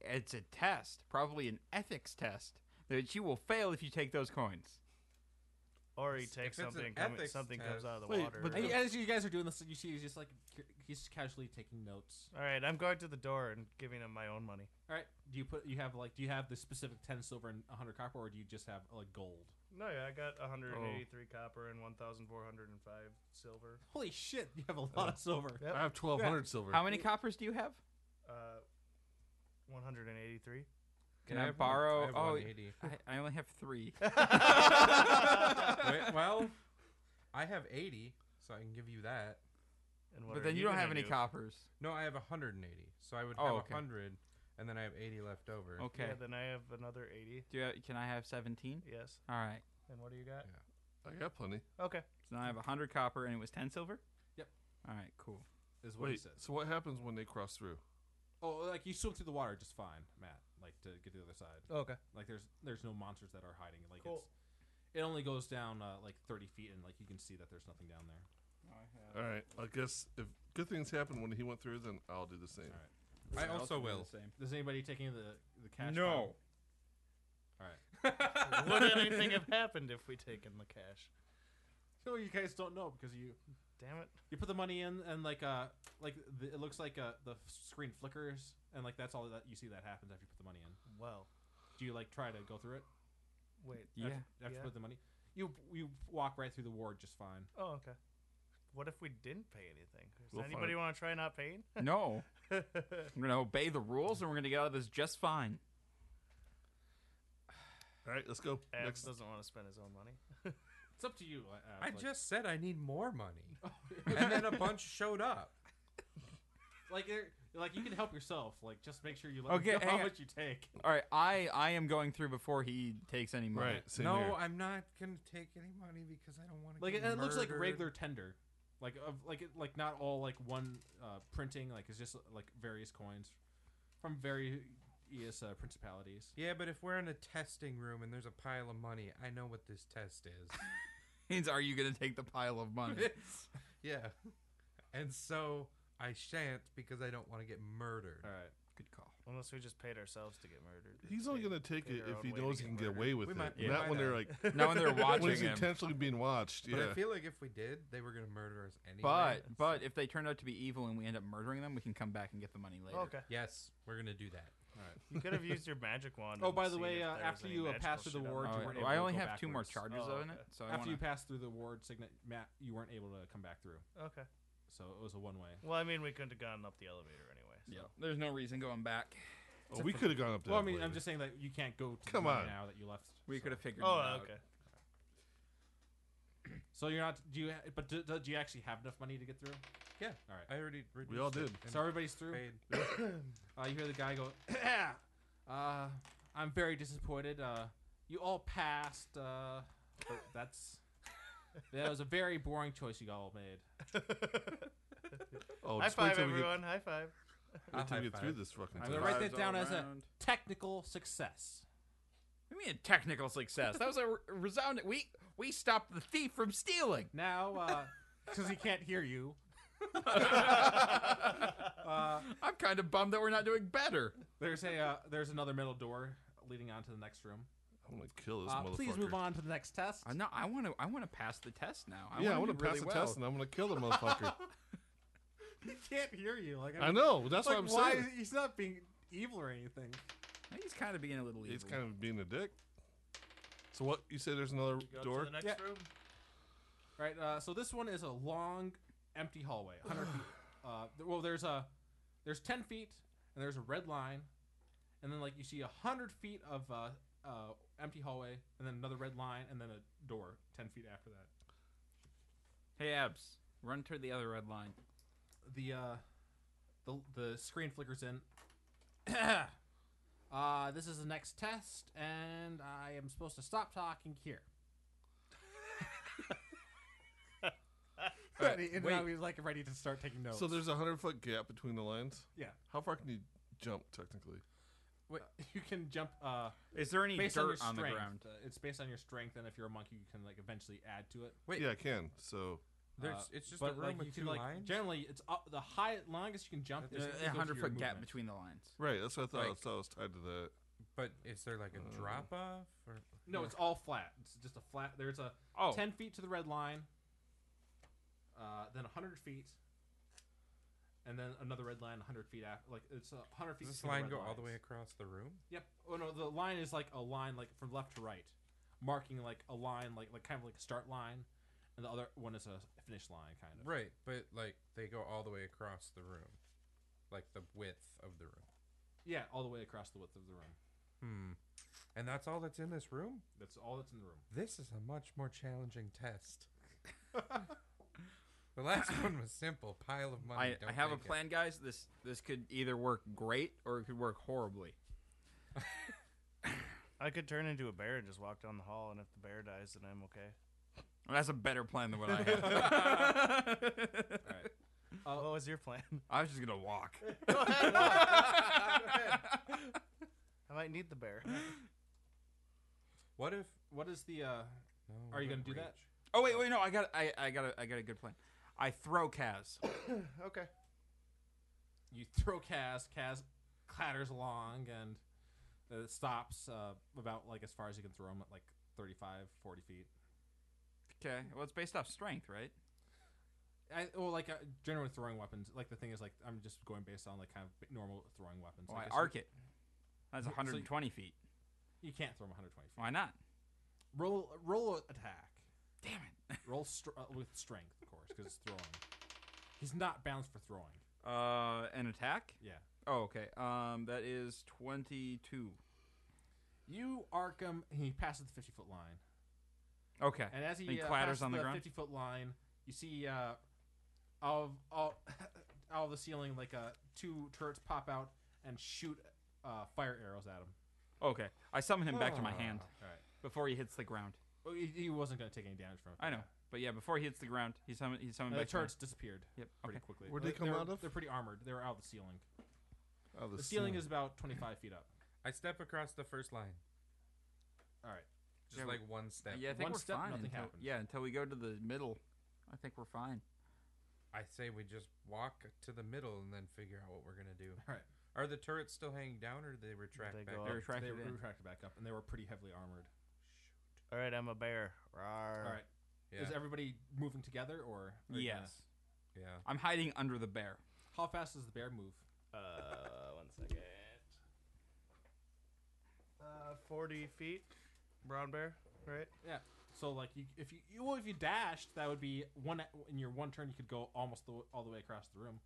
Speaker 3: It's a test, probably an ethics test, that you will fail if you take those coins.
Speaker 2: Or he
Speaker 5: If
Speaker 2: takes
Speaker 5: it's an
Speaker 2: something, and come,
Speaker 5: ethics
Speaker 2: something comes out of the
Speaker 4: Wait,
Speaker 2: water.
Speaker 4: but
Speaker 2: or-
Speaker 4: the-
Speaker 1: as you guys are doing this, you see he's just like he's just casually taking notes.
Speaker 2: All right, I'm going to the door and giving him my own money.
Speaker 1: All right, do you put you have like do you have the specific ten silver and hundred copper, or do you just have like gold?
Speaker 2: No, yeah, I got 183 copper and 1,405 silver.
Speaker 1: Holy shit, you have a lot of silver.
Speaker 2: Yep.
Speaker 4: I have twelve hundred silver.
Speaker 3: How many coppers do you have?
Speaker 2: Uh, 183.
Speaker 3: Can
Speaker 5: Yeah,
Speaker 3: I
Speaker 5: have one-
Speaker 3: borrow-
Speaker 5: I have
Speaker 3: oh,
Speaker 5: 180.
Speaker 3: I, I only have three.
Speaker 5: Wait, well, I have 80, so I can give you that.
Speaker 2: And what
Speaker 3: but
Speaker 2: are
Speaker 3: then you don't
Speaker 2: gonna
Speaker 3: have any
Speaker 2: do?
Speaker 3: coppers.
Speaker 5: No, I have 180, so I would
Speaker 3: Oh,
Speaker 5: have
Speaker 3: okay.
Speaker 5: 100, and then I have 80 left over.
Speaker 3: Okay.
Speaker 2: Yeah, then I have another 80.
Speaker 3: Do you, can I have 17?
Speaker 2: Yes.
Speaker 3: All right.
Speaker 2: And what do you got?
Speaker 4: I got plenty.
Speaker 2: Okay.
Speaker 3: So now I have 100 copper and it was 10 silver?
Speaker 1: Yep.
Speaker 3: All right, cool.
Speaker 1: Is what he
Speaker 4: Wait,
Speaker 1: says.
Speaker 4: so what happens when they cross through?
Speaker 1: Oh, like you swim through the water just fine, Matt. Like to get to the other side.
Speaker 2: Okay.
Speaker 1: Like there's there's no monsters that are hiding. Like
Speaker 2: Cool.
Speaker 1: it's, it only goes down uh, like thirty feet, and like you can see that there's nothing down there.
Speaker 4: All right, I guess if good things happen when he went through, then I'll do the same.
Speaker 1: All right.
Speaker 5: I also will.
Speaker 1: Is anybody taking the the cash? All
Speaker 5: No.
Speaker 1: right.
Speaker 2: Would anything have happened if we taken the cash?
Speaker 1: So you guys don't know because you
Speaker 2: Damn it.
Speaker 1: you put the money in and like uh like the, it looks like uh the screen flickers and like that's all that you see that happens after you put the money in.
Speaker 2: Well,
Speaker 1: Do you like try to go through it?
Speaker 2: wait.
Speaker 3: Yeah.
Speaker 2: that's-
Speaker 1: After you
Speaker 2: Yeah.
Speaker 1: put the money, you you walk right through the ward just fine.
Speaker 2: Oh, okay. What if we didn't pay anything? Does
Speaker 4: We'll find-
Speaker 2: anybody want to try not paying?
Speaker 3: No. I'm going to obey the rules and we're going to get out of this just fine.
Speaker 4: All right, let's go.
Speaker 2: Abs
Speaker 4: Next.
Speaker 2: doesn't want to spend his own money.
Speaker 1: It's up to you. uh, uh,
Speaker 5: I
Speaker 1: like-
Speaker 5: just said I need more money, and then a bunch showed up.
Speaker 1: like there- like you can help yourself. Like just make sure you let me
Speaker 3: Okay,
Speaker 1: know how
Speaker 3: hang on.
Speaker 1: much you take.
Speaker 3: All right, I I am going through before he takes any money.
Speaker 4: Right, same
Speaker 5: no,
Speaker 4: here.
Speaker 5: I'm not gonna take any money because I don't want to.
Speaker 1: Like it,
Speaker 5: get
Speaker 1: it looks like
Speaker 5: murdered.
Speaker 1: regular tender, like of like it, like not all like one uh, printing. Like it's just like various coins from various uh, principalities.
Speaker 5: Yeah, but if we're in a testing room and there's a pile of money, I know what this test is.
Speaker 3: Means are you going to take the pile of money?
Speaker 5: yeah, and so I shan't because I don't want to get murdered.
Speaker 1: All right.
Speaker 3: Good call.
Speaker 2: Unless we just paid ourselves to get murdered. or
Speaker 4: He's only
Speaker 2: paid-
Speaker 4: gonna take
Speaker 2: paid
Speaker 4: it
Speaker 2: our
Speaker 4: if
Speaker 2: own
Speaker 4: he
Speaker 2: way to
Speaker 4: knows he
Speaker 2: get
Speaker 4: can get
Speaker 2: murdered.
Speaker 4: away with
Speaker 5: We
Speaker 4: it.
Speaker 5: might-
Speaker 4: Not
Speaker 5: yeah, why
Speaker 4: when they're
Speaker 5: not?
Speaker 4: like
Speaker 3: Now when they're
Speaker 4: when
Speaker 3: watching
Speaker 4: he's
Speaker 3: him.
Speaker 4: intentionally being watched.
Speaker 5: But
Speaker 4: Yeah.
Speaker 5: I feel like if we did, they were gonna murder us anyway.
Speaker 3: But but if they turned out to be evil and we end up murdering them, we can come back and get the money later.
Speaker 2: Okay.
Speaker 5: yes, we're gonna do that.
Speaker 2: You could have used your magic wand.
Speaker 1: Oh,
Speaker 2: and
Speaker 1: by the
Speaker 2: seen
Speaker 1: way,
Speaker 2: if
Speaker 1: uh,
Speaker 2: there was
Speaker 1: after
Speaker 2: any
Speaker 1: you, uh,
Speaker 2: magical
Speaker 1: pass through the
Speaker 2: shit on
Speaker 1: ward,
Speaker 3: All
Speaker 1: you
Speaker 2: there.
Speaker 1: right.
Speaker 3: right,
Speaker 1: weren't able
Speaker 3: I
Speaker 1: to
Speaker 3: only
Speaker 1: go
Speaker 3: have two more
Speaker 1: backwards.
Speaker 3: charges
Speaker 2: Oh,
Speaker 3: of it,
Speaker 2: okay.
Speaker 3: so I
Speaker 1: After
Speaker 3: wanna,
Speaker 1: you pass through the ward, signet Matt, you weren't able to come back through,
Speaker 2: Okay.
Speaker 1: so it was a one way.
Speaker 2: Well, I mean, we couldn't have gone up the elevator anyway. So.
Speaker 3: yeah, there's no reason going back.
Speaker 4: oh, we could have gone up there.
Speaker 1: Well, I mean, I'm just saying that you can't go to
Speaker 4: Come
Speaker 1: the money
Speaker 4: on.
Speaker 1: now that you left.
Speaker 3: We
Speaker 1: so.
Speaker 3: could have figured.
Speaker 2: Oh,
Speaker 3: it out.
Speaker 2: okay.
Speaker 1: So you're not. Do you? ha- But do, do, do you actually have enough money to get through?
Speaker 5: Yeah.
Speaker 1: All right.
Speaker 5: I already. Reduced
Speaker 4: all
Speaker 5: it
Speaker 4: did.
Speaker 5: and
Speaker 1: So everybody's through.
Speaker 5: paid.
Speaker 1: Uh, you hear the guy go, uh, I'm very disappointed. Uh, you all passed. Uh, but that's that was a very boring choice you all made.
Speaker 4: oh,
Speaker 2: High
Speaker 4: just wait
Speaker 2: five,
Speaker 4: till we get-
Speaker 2: everyone. High five.
Speaker 4: wait till
Speaker 5: I'll
Speaker 4: we get
Speaker 5: high
Speaker 4: through
Speaker 5: five.
Speaker 4: this fucking.
Speaker 1: I'm gonna
Speaker 4: thing.
Speaker 1: write
Speaker 3: Fives
Speaker 1: that down
Speaker 3: all
Speaker 1: as a
Speaker 3: around.
Speaker 1: technical success.
Speaker 3: What do you mean a technical success? That was a re- resounding. We we stopped the thief from stealing.
Speaker 1: Now, because he can't hear you, uh,
Speaker 3: I'm kind of bummed that we're not doing better.
Speaker 1: there's a uh, there's another middle door leading on to the next room.
Speaker 4: I'm gonna kill this
Speaker 1: Uh,
Speaker 4: motherfucker.
Speaker 1: please move on to the next test.
Speaker 3: Uh, no, I want to. I want to pass the test now. I
Speaker 4: yeah, I
Speaker 3: want
Speaker 4: want
Speaker 3: to
Speaker 4: to pass
Speaker 3: really
Speaker 4: the
Speaker 3: well.
Speaker 4: test and I'm gonna kill the motherfucker.
Speaker 1: He can't hear you. Like
Speaker 4: I know. That's what I'm
Speaker 1: why
Speaker 4: saying.
Speaker 1: he's not being evil or anything.
Speaker 3: He's kind of being a little evil.
Speaker 4: He's kind of being a dick. So what? You say there's another door?
Speaker 2: next
Speaker 1: Yeah.
Speaker 2: room.
Speaker 1: Right. Uh, so this one is a long, empty hallway. 100 feet. Uh, th- well, there's a there's 10 feet, and there's a red line, and then like you see a hundred feet of uh, uh, empty hallway, and then another red line, and then a door 10 feet after that.
Speaker 3: Hey, Abs, run to the other red line.
Speaker 1: The uh, the the screen flickers in. uh, this is the next test, and I am supposed to stop talking here. Ready, and now
Speaker 3: wait.
Speaker 1: he's like ready to start taking notes.
Speaker 4: So there's a hundred foot gap between the lines.
Speaker 1: Yeah.
Speaker 4: How far can you jump technically?
Speaker 1: Wait, you can jump uh,
Speaker 3: Is there any
Speaker 1: based on your
Speaker 3: dirt on,
Speaker 1: strength.
Speaker 3: the ground?
Speaker 1: Uh, it's based on your strength, and if you're a monkey, you can like eventually add to it.
Speaker 5: Wait.
Speaker 4: Yeah, I can. So
Speaker 5: There's,
Speaker 1: Uh,
Speaker 5: it's just a
Speaker 1: but
Speaker 5: room
Speaker 1: like,
Speaker 5: with
Speaker 1: you
Speaker 5: two
Speaker 1: can, like,
Speaker 5: lines.
Speaker 1: Generally, it's up, the high longest you can jump.
Speaker 5: There's
Speaker 1: is
Speaker 5: a
Speaker 1: equal
Speaker 3: Uh, a
Speaker 1: to
Speaker 3: hundred
Speaker 1: your
Speaker 3: foot gap
Speaker 1: movement.
Speaker 3: between the lines.
Speaker 4: Right, that's what I thought.
Speaker 5: Like-
Speaker 4: so I was tied to that.
Speaker 5: but is there like a
Speaker 4: Uh,
Speaker 5: drop off? Or
Speaker 1: No, it's all flat. It's just a flat. There's a
Speaker 3: Oh,
Speaker 1: ten feet to the red line, uh, then hundred feet, and then another red line, hundred feet after. Like it's hundred feet.
Speaker 5: does this
Speaker 1: between red
Speaker 5: line go all the
Speaker 1: lines.
Speaker 5: way across the room?
Speaker 1: Yep. Oh no, the line is like a line, like from left to right, marking like a line, like like kind of like a start line, and the other one is a finish line, kind of.
Speaker 5: Right, but like they go all the way across the room, like the width of the room.
Speaker 1: Yeah, all the way across the width of the room.
Speaker 5: Hmm. And that's all that's in this room.
Speaker 1: That's all that's in the room.
Speaker 5: This is a much more challenging test. the last one was simple. Pile of money.
Speaker 3: I,
Speaker 5: don't
Speaker 3: I have a
Speaker 5: take it.
Speaker 3: plan, guys. This this could either work great or it could work horribly.
Speaker 2: I could turn into a bear and just walk down the hall, and if the bear dies, then I'm okay.
Speaker 3: Well, that's a better plan than what I have.
Speaker 1: All right. Uh,
Speaker 2: what was your plan?
Speaker 3: I was just gonna walk.
Speaker 2: I might need the bear.
Speaker 5: What if?
Speaker 1: What is the? uh
Speaker 5: No,
Speaker 1: Are
Speaker 5: what
Speaker 1: you
Speaker 5: if
Speaker 1: gonna do that?
Speaker 5: reach?
Speaker 3: Oh wait, wait, no, I got, I, I got, a, I got a good plan. I throw Kaz.
Speaker 2: okay.
Speaker 1: You throw Kaz. Kaz clatters along and uh, stops uh, about like as far as you can throw him at like 35, 40 feet.
Speaker 3: Okay, well, it's based off strength, right?
Speaker 1: I, well, like uh, generally throwing weapons, like the thing is like I'm just going based on like kind of normal throwing weapons.
Speaker 3: Well,
Speaker 1: Like,
Speaker 3: Oh,
Speaker 1: it's-
Speaker 3: I arc it. That's
Speaker 1: So you-
Speaker 3: 120 feet.
Speaker 1: You can't throw him 120 feet.
Speaker 3: Why not?
Speaker 1: Roll roll a attack.
Speaker 3: Damn it.
Speaker 1: Roll str- uh, with strength, of course, because it's throwing. He's not balanced for throwing.
Speaker 3: Uh, an attack.
Speaker 1: Yeah.
Speaker 3: Oh, okay. Um, that is 22.
Speaker 1: You arc him. He passes the 50 foot line,
Speaker 3: Okay.
Speaker 1: and as he,
Speaker 3: He
Speaker 1: uh,
Speaker 3: clatters
Speaker 1: passes
Speaker 3: on the ground?
Speaker 1: 50 foot line, you see uh, out of all out of the ceiling like uh, two turrets pop out and shoot uh, fire arrows at him.
Speaker 3: Okay. I summon him back to my hand
Speaker 1: All right.
Speaker 3: before he hits the ground.
Speaker 1: Well, he, he wasn't going to take any damage from it.
Speaker 3: I know, but yeah, before he hits the ground, he summoned. He summoned
Speaker 1: Uh, the
Speaker 3: back. to my-
Speaker 1: turrets disappeared
Speaker 3: Yep.
Speaker 1: pretty
Speaker 3: Okay.
Speaker 1: quickly.
Speaker 4: Where'd they
Speaker 1: They're-
Speaker 4: come out
Speaker 1: they're-
Speaker 4: of?
Speaker 1: They're pretty armored. They were out of the ceiling.
Speaker 4: Oh,
Speaker 1: The ceiling is about 25 feet up.
Speaker 5: I step across the first line.
Speaker 1: All right.
Speaker 5: Just
Speaker 3: Yeah, we-
Speaker 5: like one step.
Speaker 3: Yeah, I think
Speaker 1: One
Speaker 3: we're
Speaker 1: step,
Speaker 3: fine.
Speaker 1: nothing
Speaker 3: until,
Speaker 1: happens.
Speaker 3: Yeah, until we go to the middle, I think we're fine.
Speaker 5: I say we just walk to the middle and then figure out what we're gonna do.
Speaker 1: All right.
Speaker 5: Are the turrets still hanging down, or do they retract
Speaker 2: They
Speaker 5: back?
Speaker 2: go
Speaker 5: up?
Speaker 2: up. Well,
Speaker 3: They're
Speaker 1: they
Speaker 3: attracted
Speaker 1: were
Speaker 3: in.
Speaker 1: retracted back up, and they were pretty heavily armored.
Speaker 2: All right, I'm a bear. Rawr.
Speaker 1: All right.
Speaker 5: Yeah.
Speaker 1: Is everybody moving together, or? are you gonna-
Speaker 3: Yes.
Speaker 5: yeah.
Speaker 3: I'm hiding under the bear.
Speaker 1: How fast does the bear move?
Speaker 2: Uh, one second. Uh, 40 feet. Brown bear, right?
Speaker 1: So like, you, if you, you well, if you dashed, that would be one in your one turn. You could go almost the, all the way across the room.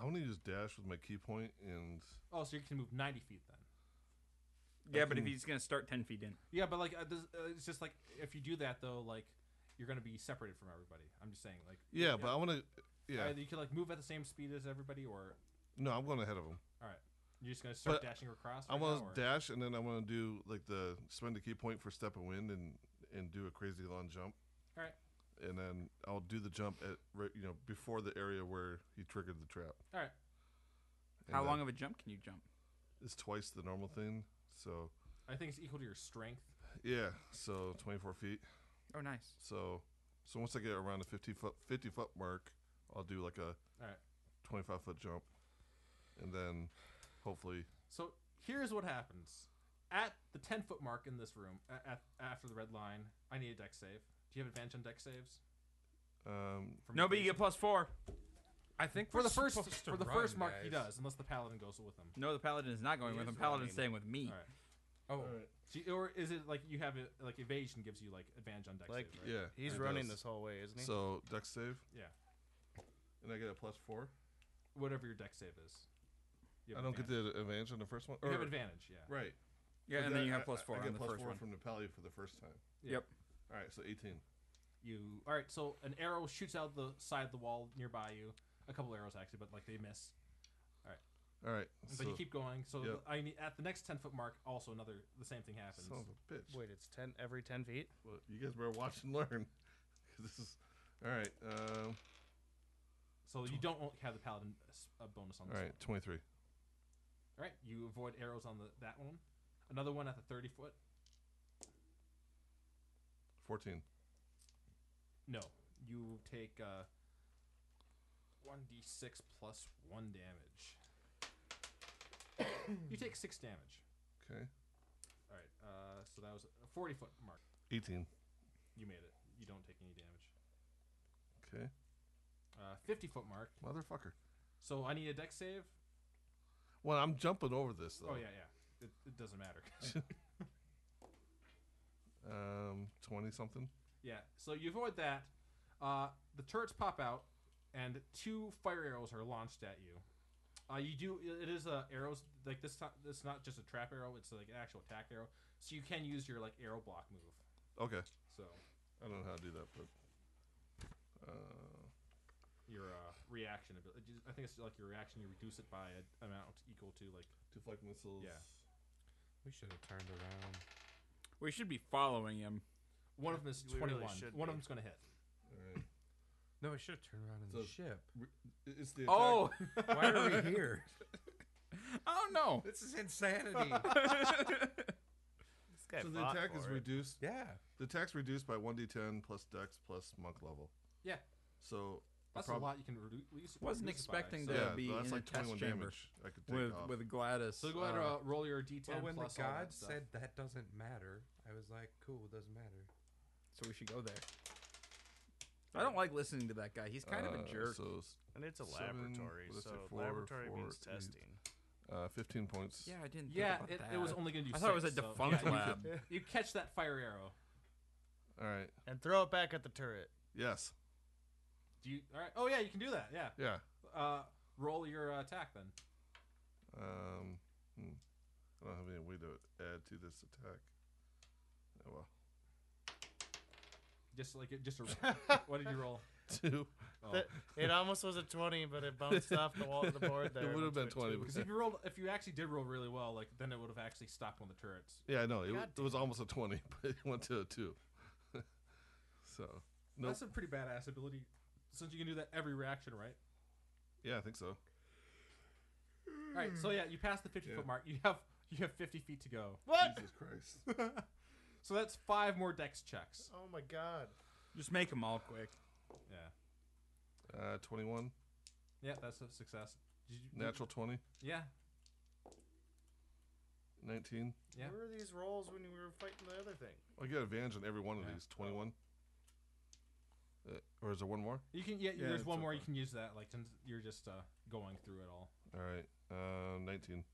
Speaker 4: I want to use dash with my key point and
Speaker 1: Oh, so you can move 90 feet then.
Speaker 3: Yeah, but if
Speaker 4: can-
Speaker 3: he's gonna start ten feet in,
Speaker 1: Yeah, but like, uh, this, uh, it's just like if you do that though, like you're gonna be separated from everybody. I'm just saying, like.
Speaker 4: yeah,
Speaker 1: you-
Speaker 4: but I want to yeah.
Speaker 1: Either you can like move at the same speed as everybody, or
Speaker 4: No, I'm going ahead of him.
Speaker 1: you're just gonna start
Speaker 4: But
Speaker 1: dashing across.
Speaker 4: I
Speaker 1: right
Speaker 4: want
Speaker 1: now, or-
Speaker 4: to dash and then I want to do like the spend a key point for step of wind and and do a crazy long jump.
Speaker 1: All right.
Speaker 4: And then I'll do the jump at right, you know before the area where he triggered the trap.
Speaker 1: All right.
Speaker 4: And
Speaker 3: how long
Speaker 4: that
Speaker 3: of a jump can you jump?
Speaker 4: is twice the normal thing. So
Speaker 1: I think it's equal to your strength.
Speaker 4: yeah, so 24 feet.
Speaker 3: Oh, nice.
Speaker 4: So so once I get around the 50 foot 50 foot mark, I'll do like a
Speaker 1: Alright.
Speaker 4: 25 foot jump, and then hopefully
Speaker 1: So here's what happens at the 10 foot mark in this room. a- At, after the red line, I need a deck save. Do you have advantage on deck saves?
Speaker 4: um,
Speaker 1: From
Speaker 3: No, but you
Speaker 1: evasion?
Speaker 3: get plus four.
Speaker 5: I think
Speaker 1: for
Speaker 5: we're
Speaker 1: the first
Speaker 5: supposed to
Speaker 1: for the
Speaker 5: run,
Speaker 1: first mark he
Speaker 5: guys.
Speaker 1: does, unless the paladin goes with him.
Speaker 3: No, the paladin is not going
Speaker 2: He
Speaker 3: with him.
Speaker 2: is running.
Speaker 3: Paladin's staying with me.
Speaker 1: All right.
Speaker 5: Oh,
Speaker 1: So you- or is it like you have it like evasion gives you like advantage on deck
Speaker 2: Like-
Speaker 1: save? Right?
Speaker 4: yeah,
Speaker 2: He's
Speaker 4: it
Speaker 2: running
Speaker 4: does.
Speaker 2: this whole way, isn't he?
Speaker 4: So deck save.
Speaker 1: Yeah.
Speaker 4: And I get a plus four.
Speaker 1: Whatever your deck save is. You
Speaker 4: I
Speaker 1: have
Speaker 4: don't get
Speaker 1: advantage.
Speaker 4: the advantage on the first one.
Speaker 1: You have
Speaker 4: or-
Speaker 1: advantage, yeah.
Speaker 4: Right.
Speaker 3: Yeah,
Speaker 4: But
Speaker 3: and then you
Speaker 4: I-
Speaker 3: have plus
Speaker 4: I-
Speaker 3: four
Speaker 4: I
Speaker 3: on
Speaker 4: get
Speaker 3: the
Speaker 4: plus
Speaker 3: first
Speaker 4: four
Speaker 3: one.
Speaker 4: from the Pally for the first time.
Speaker 3: Yep.
Speaker 4: All right, so 18.
Speaker 1: You all right? So an arrow shoots out the side of the wall nearby you. A couple arrows actually, but like they miss.
Speaker 4: All right.
Speaker 1: but you keep going. So
Speaker 4: Yep.
Speaker 1: I need, at the next ten foot mark, also another the same thing happens.
Speaker 4: Son of a bitch.
Speaker 2: Wait, it's 10 every 10 feet?
Speaker 4: Well, you guys better watch and learn. 'Cause this is. All right. Um,
Speaker 1: So you don't have the paladin s- uh, bonus on
Speaker 4: all
Speaker 1: this
Speaker 4: right, 23.
Speaker 1: one. All right, you avoid arrows on the that one. Another one at the thirty foot.
Speaker 4: 14.
Speaker 1: No, you take uh, 1d6 plus 1 damage. you take 6 damage.
Speaker 4: Okay.
Speaker 1: All right. Uh, so that was a 40 foot mark.
Speaker 4: 18.
Speaker 1: You made it. You don't take any damage.
Speaker 4: Okay.
Speaker 1: Uh, 50 foot mark.
Speaker 4: Motherfucker.
Speaker 1: So I need a deck save.
Speaker 4: Well, I'm jumping over this, though.
Speaker 1: Oh, yeah, yeah. It, it doesn't matter.
Speaker 4: Um, 20 something.
Speaker 1: yeah. So you avoid that. Uh, the turrets pop out, and two fire arrows are launched at you. Uh, you do. It is uh, arrows like this. Time, it's not just a trap arrow. It's like an actual attack arrow. So you can use your like arrow block move.
Speaker 4: Okay.
Speaker 1: So
Speaker 4: I don't know how to do that, but. Uh,
Speaker 1: your uh, reaction abil- it just- I think it's like your reaction. You reduce it by an amount equal to like
Speaker 4: deflect missiles.
Speaker 1: Yeah.
Speaker 5: We should have turned around.
Speaker 3: We should be following him.
Speaker 1: one of them is
Speaker 2: We really
Speaker 1: twenty one.
Speaker 2: should
Speaker 1: one
Speaker 2: be.
Speaker 1: of them's gonna hit.
Speaker 4: All right.
Speaker 5: No, we should have turned around in
Speaker 4: So-
Speaker 5: the ship.
Speaker 4: Re- It's the attack.
Speaker 3: Oh,
Speaker 5: Why are we here?
Speaker 3: I don't know.
Speaker 5: This is insanity.
Speaker 2: This guy
Speaker 4: So the
Speaker 2: fought
Speaker 4: attack
Speaker 2: for
Speaker 4: is
Speaker 2: it.
Speaker 4: reduced.
Speaker 5: yeah.
Speaker 4: The attack's reduced by 1d10 plus dex plus monk level.
Speaker 1: Yeah.
Speaker 4: So I
Speaker 1: That's
Speaker 4: prob-
Speaker 1: a lot you can reduce.
Speaker 3: Wasn't
Speaker 1: reduce it by,
Speaker 3: expecting
Speaker 1: so-
Speaker 3: to
Speaker 4: Yeah,
Speaker 3: be
Speaker 4: that's
Speaker 3: in a
Speaker 4: like
Speaker 3: test
Speaker 4: 21
Speaker 3: chamber
Speaker 4: damage. I could take
Speaker 3: with
Speaker 4: off.
Speaker 3: with Gladys.
Speaker 1: So go ahead and
Speaker 3: uh,
Speaker 1: uh, roll your d10
Speaker 5: Well, when the
Speaker 1: plus all that
Speaker 5: god
Speaker 1: stuff.
Speaker 5: said that doesn't matter, I was like, cool, it doesn't matter.
Speaker 3: so we should go there. I don't like listening to that guy. He's kind of
Speaker 4: Uh,
Speaker 3: a jerk.
Speaker 4: So s-
Speaker 2: and it's a
Speaker 4: seven,
Speaker 2: laboratory,
Speaker 4: what is it,
Speaker 2: so
Speaker 4: four,
Speaker 2: laboratory
Speaker 4: four,
Speaker 2: means
Speaker 4: eight.
Speaker 2: testing.
Speaker 4: uh, 15 points.
Speaker 3: yeah, I didn't.
Speaker 1: yeah,
Speaker 3: think
Speaker 1: it,
Speaker 3: about
Speaker 1: it was
Speaker 3: that.
Speaker 1: only gonna do.
Speaker 3: I thought it was a
Speaker 1: six, so-
Speaker 3: defunct
Speaker 1: yeah, you-
Speaker 3: lab.
Speaker 1: You catch that fire arrow.
Speaker 4: All right.
Speaker 2: And throw it back at the turret.
Speaker 4: Yes.
Speaker 1: Do you? All right. Oh yeah, you can do that. Yeah.
Speaker 4: Yeah.
Speaker 1: Uh, roll your uh, attack then.
Speaker 4: Um, hmm. I don't have any way to add to this attack. Oh, well.
Speaker 1: Just like it, just a. what did you roll?
Speaker 4: Two.
Speaker 1: Oh.
Speaker 6: That- It almost was a 20, but it bounced off the wall the board there.
Speaker 4: it would have been 20.
Speaker 1: Because
Speaker 4: Because
Speaker 1: if you rolled, if you actually did roll really well, like then it would have actually stopped one of the turrets.
Speaker 4: yeah, I know. It, w-
Speaker 6: God
Speaker 4: it was almost a 20, but it went to a 2. so, Nope.
Speaker 1: That's a pretty badass ability, since you can do that every reaction, right?
Speaker 4: yeah, I think so.
Speaker 1: All right. So yeah, you pass the fifty
Speaker 4: Hmm. Yeah.
Speaker 1: foot mark. You have you have fifty feet to go.
Speaker 6: What?
Speaker 4: Jesus Christ.
Speaker 1: So that's five more dex checks.
Speaker 6: Oh my god.
Speaker 3: Just make them all quick.
Speaker 4: Oh.
Speaker 1: Yeah.
Speaker 4: Uh, 21.
Speaker 1: Yeah, that's a success. Did you-
Speaker 4: Natural 20.
Speaker 1: Yeah.
Speaker 4: 19.
Speaker 1: Yeah.
Speaker 6: Where were these rolls when we were fighting the other thing?
Speaker 4: I get advantage on every one of
Speaker 1: Yeah.
Speaker 4: these. 21. Uh, or is there one more?
Speaker 1: You can. Yeah.
Speaker 4: Yeah,
Speaker 1: there's
Speaker 4: it's
Speaker 1: one
Speaker 4: so
Speaker 1: more you
Speaker 4: far.
Speaker 1: can use that. Like since you're just uh, going through it all.
Speaker 4: All right. Uh, 19.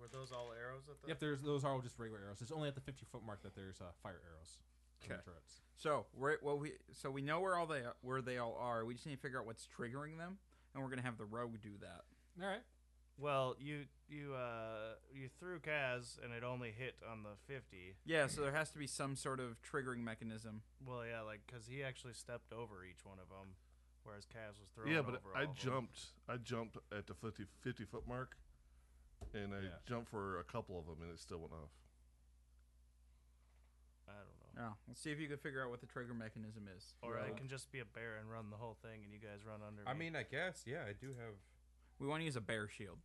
Speaker 6: Were those all arrows at the
Speaker 1: Yep, there's those are all just regular arrows. It's only at the 50 foot mark that there's uh, fire arrows. from the
Speaker 3: 'Kay.
Speaker 1: turrets.
Speaker 3: So we're well, we so we know where all they where they all are. We just need to figure out what's triggering them, and we're gonna have the rogue do that.
Speaker 1: All right.
Speaker 2: Well, you you uh you threw Kaz and it only hit on the fifty.
Speaker 3: Yeah. So there has to be some sort of triggering mechanism.
Speaker 2: Well, yeah, like because he actually stepped over each one of them, whereas Kaz was throwing.
Speaker 4: Yeah, but
Speaker 2: over
Speaker 4: I
Speaker 2: all of 'em.
Speaker 4: jumped. I jumped at the 50, 50 foot mark, and I
Speaker 1: Yeah.
Speaker 4: jumped for a couple of them, and it still went off.
Speaker 2: I don't know.
Speaker 3: Oh, let's see if you can figure out what the trigger mechanism is.
Speaker 2: Or I
Speaker 3: Rogue.
Speaker 2: can just be a bear and run the whole thing, and you guys run under.
Speaker 5: I
Speaker 2: me.
Speaker 5: mean, I guess, yeah, I do have.
Speaker 3: We want to use a bear shield.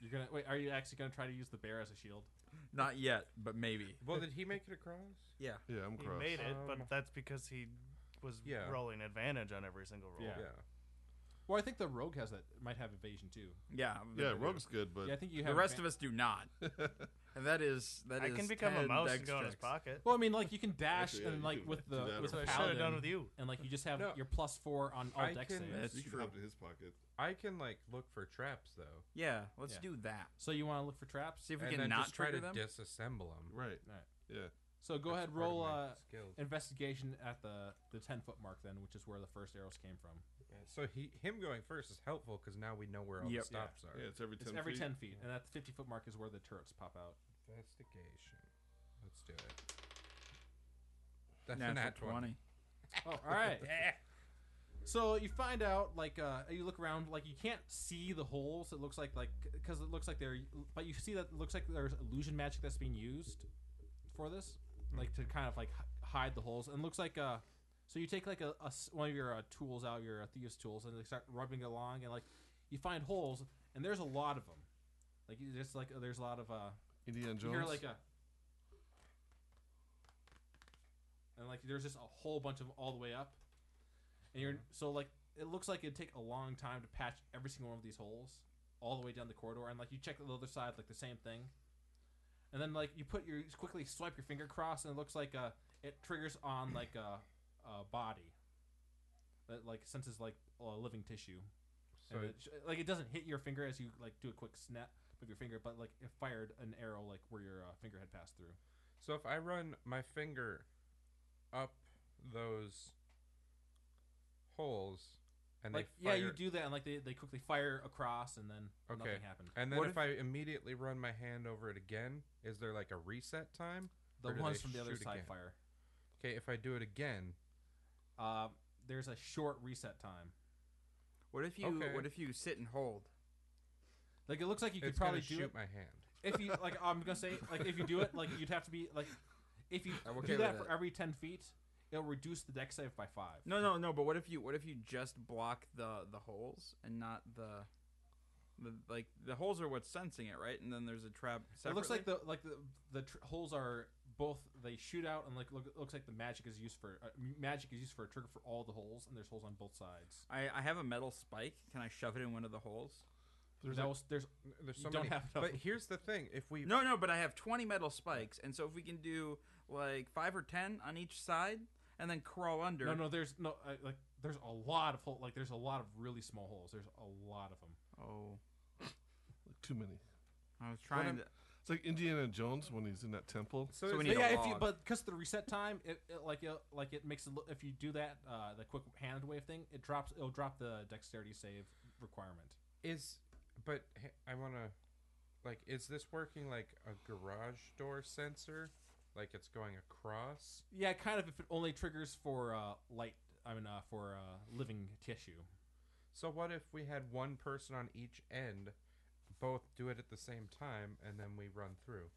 Speaker 1: You're gonna wait. Are you actually gonna try to use the bear as a shield?
Speaker 3: Not yet, but maybe.
Speaker 5: Well, did he make it across?
Speaker 3: Yeah.
Speaker 4: Yeah, I'm
Speaker 2: he
Speaker 4: cross.
Speaker 2: made it,
Speaker 5: Um,
Speaker 2: but that's because he was
Speaker 5: Yeah.
Speaker 2: rolling advantage on every single roll.
Speaker 1: Yeah. Well, I think the rogue has that. Might have evasion too.
Speaker 3: Yeah.
Speaker 4: Yeah, rogue's good, but
Speaker 1: yeah, I think you
Speaker 3: The
Speaker 1: have.
Speaker 3: rest of us do not. And that is that
Speaker 2: I
Speaker 3: is
Speaker 2: can become
Speaker 3: 10
Speaker 2: a mouse
Speaker 3: dex
Speaker 2: and go in his
Speaker 3: checks.
Speaker 2: pocket.
Speaker 1: Well, I mean, like you can dash
Speaker 4: Actually, yeah,
Speaker 1: and
Speaker 4: you
Speaker 1: like
Speaker 4: can
Speaker 1: with
Speaker 4: do
Speaker 1: the
Speaker 4: that
Speaker 1: with the
Speaker 2: That's
Speaker 4: or-
Speaker 2: what I should have done
Speaker 1: paladin,
Speaker 2: with you.
Speaker 1: and like you just have
Speaker 5: No.
Speaker 1: your plus four on all
Speaker 5: I
Speaker 1: dex
Speaker 5: can-
Speaker 1: saves.
Speaker 3: That's
Speaker 4: you can
Speaker 3: true.
Speaker 4: hop in his pocket.
Speaker 5: I can, like, look for traps, though.
Speaker 3: Yeah. Let's
Speaker 1: Yeah.
Speaker 3: do that.
Speaker 1: So you want to look for traps?
Speaker 3: See if we
Speaker 5: and
Speaker 3: can
Speaker 5: then
Speaker 3: not
Speaker 5: just try
Speaker 3: trigger
Speaker 5: to
Speaker 3: them.
Speaker 5: disassemble them.
Speaker 4: Right.
Speaker 1: Alright.
Speaker 4: Yeah.
Speaker 1: So go ahead,
Speaker 5: That's part of
Speaker 1: roll
Speaker 5: my
Speaker 1: uh,
Speaker 5: skill.
Speaker 1: investigation at the the 10 foot mark then, which is where the first arrows came from.
Speaker 5: Yeah, So he him going first is helpful because now we know where all
Speaker 3: Yep.
Speaker 5: the stops are.
Speaker 4: Yeah, it's every 10
Speaker 1: It's every
Speaker 4: feet.
Speaker 1: 10 feet, and at the 50 foot mark is where the turrets pop out.
Speaker 5: Investigation. Let's do it. That's
Speaker 3: Natural
Speaker 5: an at 20.
Speaker 1: Oh, all right.
Speaker 5: Yeah.
Speaker 1: So you find out, like, uh, you look around, like you can't see the holes. It looks like, like, because it looks like they're, but you see that it looks like there's illusion magic that's being used for this, like to kind of like hi- hide the holes. And it looks like, uh, so you take like a, a s- one of your uh, tools out, your uh, Theus tools, and they start rubbing it along, and like you find holes, and there's a lot of them. Like you just like there's a lot of uh,
Speaker 4: Indiana
Speaker 1: you
Speaker 4: Jones.
Speaker 1: hear like a, and like there's just a whole bunch of 'em all the way up, and you're so like it looks like it'd take a long time to patch every single one of these holes all the way down the corridor, and like you check the other side like the same thing, and then like you put your you quickly swipe your finger across, and it looks like uh it triggers on like a, a body that like senses like a living tissue.
Speaker 5: So
Speaker 1: And
Speaker 5: it,
Speaker 1: it sh- like it doesn't hit your finger as you like do a quick snap of your finger, but like it fired an arrow like where your uh, finger had passed through.
Speaker 5: so if I run my finger up those holes and
Speaker 1: like
Speaker 5: they fire,
Speaker 1: yeah, you do that, and like they, they quickly fire across, and then
Speaker 5: Okay.
Speaker 1: nothing happened.
Speaker 5: and then
Speaker 3: What
Speaker 5: if, I immediately run my hand over it again, is there like a reset time?
Speaker 1: The
Speaker 5: Or do
Speaker 1: ones
Speaker 5: they
Speaker 1: from the other
Speaker 5: shoot
Speaker 1: side
Speaker 5: again?
Speaker 1: fire.
Speaker 5: Okay, if I do it again,
Speaker 1: Uh, there's a short reset time.
Speaker 3: What if you
Speaker 5: Okay.
Speaker 3: What if you sit and hold?
Speaker 1: Like it looks like you could
Speaker 5: it's
Speaker 1: probably
Speaker 5: gonna
Speaker 1: do
Speaker 5: shoot
Speaker 1: it
Speaker 5: my hand.
Speaker 1: if you like. I'm gonna say like if you do it like you'd have to be like if you
Speaker 5: I'm
Speaker 1: do
Speaker 5: okay
Speaker 1: that
Speaker 5: with
Speaker 1: for every ten feet, it'll reduce the deck save by five.
Speaker 3: No, no, no. But what if you What if you just block the the holes and not the the like the holes are what's sensing it, right? And then there's a trap.
Speaker 1: It looks like
Speaker 3: separately?
Speaker 1: the like the the tr- holes are both they shoot out and like look, it looks like the magic is used for uh, m- magic is used for a trigger for all the holes and there's holes on both sides.
Speaker 3: I I have a metal spike. Can I shove it in one of the holes?
Speaker 1: There's
Speaker 5: There's
Speaker 1: no, s- there's
Speaker 5: N- There's
Speaker 1: You
Speaker 5: so
Speaker 1: don't
Speaker 5: many.
Speaker 1: have enough.
Speaker 5: But here's the thing: if we
Speaker 3: No, no. But I have 20 metal spikes, and so if we can do like five or ten on each side, and then crawl under.
Speaker 1: no no there's no uh, like there's a lot of hole like there's a lot of really small holes. There's a lot of them.
Speaker 3: Oh,
Speaker 4: Too many.
Speaker 3: I was trying
Speaker 4: I'm-
Speaker 3: to.
Speaker 4: It's like Indiana Jones when he's in that temple.
Speaker 5: so,
Speaker 3: so
Speaker 5: is
Speaker 3: we
Speaker 5: it-
Speaker 3: need
Speaker 1: But
Speaker 3: a
Speaker 1: yeah, if you
Speaker 3: log.
Speaker 1: but because the reset time, it, it like it, like it makes it look, if you do that uh, the quick hand wave thing, it drops it'll drop the dexterity save requirement.
Speaker 5: is but h- I want to like is this working like a garage door sensor, like it's going across?
Speaker 1: Yeah, kind of if it only triggers for uh, light. I mean uh, for uh, living tissue.
Speaker 5: So what if we had one person on each end, both do it at the same time, and then we run through?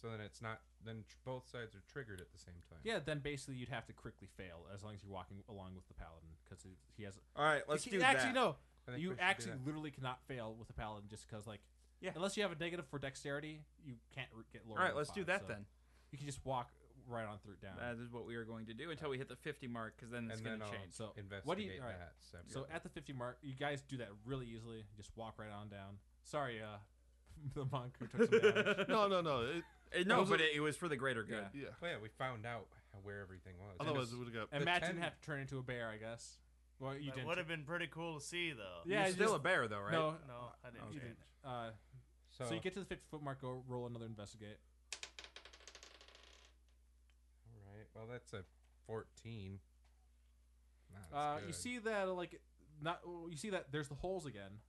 Speaker 5: So then it's not then tr- both sides are triggered at the same time.
Speaker 1: Yeah, then basically you'd have to quickly fail as long as you're walking along with the paladin because he has.
Speaker 3: All right, let's
Speaker 1: He-
Speaker 3: do
Speaker 1: actually,
Speaker 3: that.
Speaker 1: no,
Speaker 5: I think we
Speaker 1: you
Speaker 5: should do
Speaker 1: actually
Speaker 5: that.
Speaker 1: literally cannot fail with the paladin just because like.
Speaker 3: Yeah.
Speaker 1: Unless you have a negative for dexterity, you can't re- get lower.
Speaker 3: All right,
Speaker 1: than
Speaker 3: let's do
Speaker 1: five,
Speaker 3: that
Speaker 1: so
Speaker 3: then.
Speaker 1: You can just walk right on through down.
Speaker 3: That is what we are going to do until we hit the 50 mark, because then it's
Speaker 5: and
Speaker 3: going
Speaker 5: then
Speaker 3: to
Speaker 5: I'll
Speaker 3: change.
Speaker 1: So,
Speaker 5: investigate
Speaker 1: what do you- alright.
Speaker 5: that. Separately.
Speaker 1: so at the 50 mark, you guys do that really easily. Just walk right on down. Sorry, uh, the monk who uh, took some damage.
Speaker 4: No, no, no. It,
Speaker 3: Uh, no,
Speaker 4: Those
Speaker 3: but
Speaker 4: are-
Speaker 3: it, it was for the greater good.
Speaker 1: Yeah.
Speaker 4: yeah.
Speaker 5: well, yeah, we found out h- where everything was. And
Speaker 4: Otherwise,
Speaker 5: it's-
Speaker 4: it would have got.
Speaker 1: Imagine
Speaker 5: ten-
Speaker 1: have to turn into a bear, I guess. Well, you
Speaker 6: That
Speaker 1: didn't.
Speaker 6: would have been pretty cool to see, though.
Speaker 1: Yeah,
Speaker 3: You're
Speaker 1: it's
Speaker 3: still
Speaker 1: just-
Speaker 3: a bear, though, right?
Speaker 1: No,
Speaker 6: No, I didn't
Speaker 1: you
Speaker 3: Okay.
Speaker 6: change.
Speaker 1: didn't. Uh,
Speaker 5: so,
Speaker 1: so, you get to the 50 foot mark, go roll another investigate.
Speaker 5: All right. Well, that's a 14. Nah, that's
Speaker 1: Uh, you
Speaker 5: good.
Speaker 1: see that like not well, you see that there's the holes again,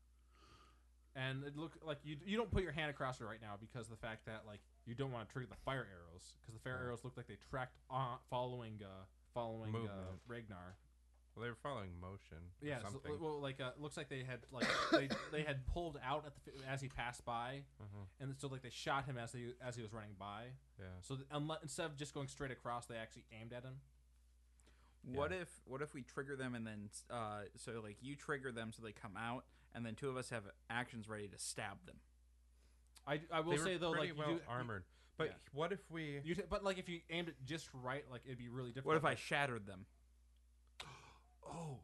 Speaker 1: and it look like you you don't put your hand across it right now because of the fact that like you don't want to trigger the fire arrows because the fire
Speaker 5: Oh.
Speaker 1: arrows look like they tracked on following uh following uh,
Speaker 5: Movement.
Speaker 1: Ragnar.
Speaker 5: Well, they were following motion. or
Speaker 1: Yeah, so,
Speaker 5: something.
Speaker 1: well, like uh, looks like they had like they, they had pulled out at the fi- as he passed by,
Speaker 5: Mhm.
Speaker 1: and so like they shot him as he as he was running by.
Speaker 5: yeah.
Speaker 1: So that unle- instead of just going straight across, they actually aimed at him.
Speaker 3: What if what if we trigger them and then uh, so like you trigger them so they come out and then two of us have actions ready to stab them.
Speaker 1: I, I will
Speaker 5: they
Speaker 1: say
Speaker 5: were
Speaker 1: though,
Speaker 5: pretty
Speaker 1: like
Speaker 5: well
Speaker 1: you do,
Speaker 5: armored. But
Speaker 1: yeah.
Speaker 5: what if we?
Speaker 1: You t- but like if you aimed it just right, like it'd be really difficult.
Speaker 3: What if I shattered them?
Speaker 4: Oh,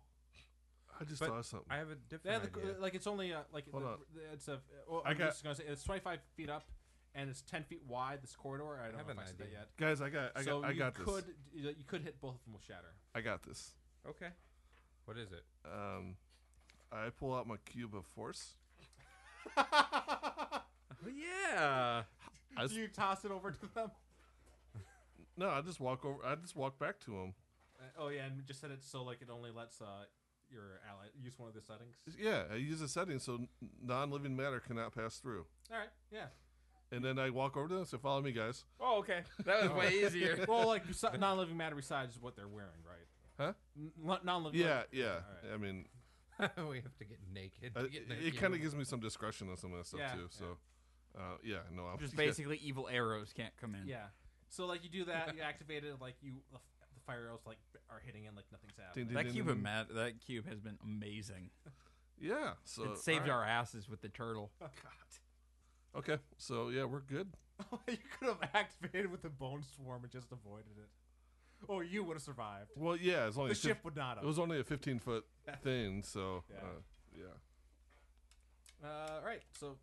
Speaker 4: I just
Speaker 5: But
Speaker 4: thought of something.
Speaker 5: I have a
Speaker 1: Yeah,
Speaker 5: different
Speaker 1: the,
Speaker 5: idea.
Speaker 1: like it's only uh, like
Speaker 4: Hold
Speaker 1: the-
Speaker 4: on.
Speaker 1: the- it's a. Well,
Speaker 4: I
Speaker 1: I'm
Speaker 4: got-
Speaker 1: just gonna say it's 25 feet up, and it's 10 feet wide. This corridor. I don't
Speaker 5: have
Speaker 1: know
Speaker 5: an
Speaker 1: if I said that
Speaker 5: idea.
Speaker 1: yet.
Speaker 4: Guys, I got, I got,
Speaker 1: so
Speaker 4: I
Speaker 1: you
Speaker 4: got this.
Speaker 1: could you could hit both of them with shatter.
Speaker 4: I got this.
Speaker 5: okay. What is it?
Speaker 4: Um, I pull out my cube of force.
Speaker 3: yeah.
Speaker 4: I just,
Speaker 1: Do you toss it over to them?
Speaker 4: no, I just walk over. I just walk back to him.
Speaker 1: Uh, oh yeah, and just set it so like it only lets uh your ally use one of the settings.
Speaker 4: Yeah, I use a setting so n- non-living matter cannot pass through.
Speaker 1: All right, yeah.
Speaker 4: And then I walk over to them. So follow me, guys.
Speaker 3: Oh, okay. That was way easier.
Speaker 1: Well, like besi- non-living matter besides what they're wearing, right?
Speaker 4: Huh?
Speaker 1: N- lo- non-living.
Speaker 4: Yeah, yeah.
Speaker 1: All right.
Speaker 4: I mean,
Speaker 5: we have to get naked.
Speaker 4: I,
Speaker 5: to get
Speaker 4: Uh, it kind of gives me some discretion on some of that stuff
Speaker 1: Yeah,
Speaker 4: too.
Speaker 1: yeah.
Speaker 4: So, uh, yeah, no, I'm
Speaker 3: Just
Speaker 4: yeah.
Speaker 3: basically evil arrows can't come in.
Speaker 1: Yeah. So like you do that, you activate it, like you the, f- the fire arrows like are hitting and like nothing's
Speaker 4: Ding,
Speaker 1: happening.
Speaker 4: ding,
Speaker 3: That
Speaker 4: ding,
Speaker 3: cube,
Speaker 4: ding.
Speaker 3: of ma- that cube has been amazing.
Speaker 4: Yeah. So
Speaker 3: it saved
Speaker 4: alright.
Speaker 3: our asses with the turtle.
Speaker 1: Oh, Oh,
Speaker 4: Okay. So yeah, we're good.
Speaker 1: God. you could have activated with the bone swarm and just avoided it.
Speaker 7: or you would have survived.
Speaker 4: Well, yeah, it's only
Speaker 7: The
Speaker 4: fif-
Speaker 7: ship would not
Speaker 4: It
Speaker 7: have.
Speaker 4: was only a 15 foot thing, so yeah.
Speaker 7: Yeah.
Speaker 4: Uh, yeah.
Speaker 1: Uh, all right, so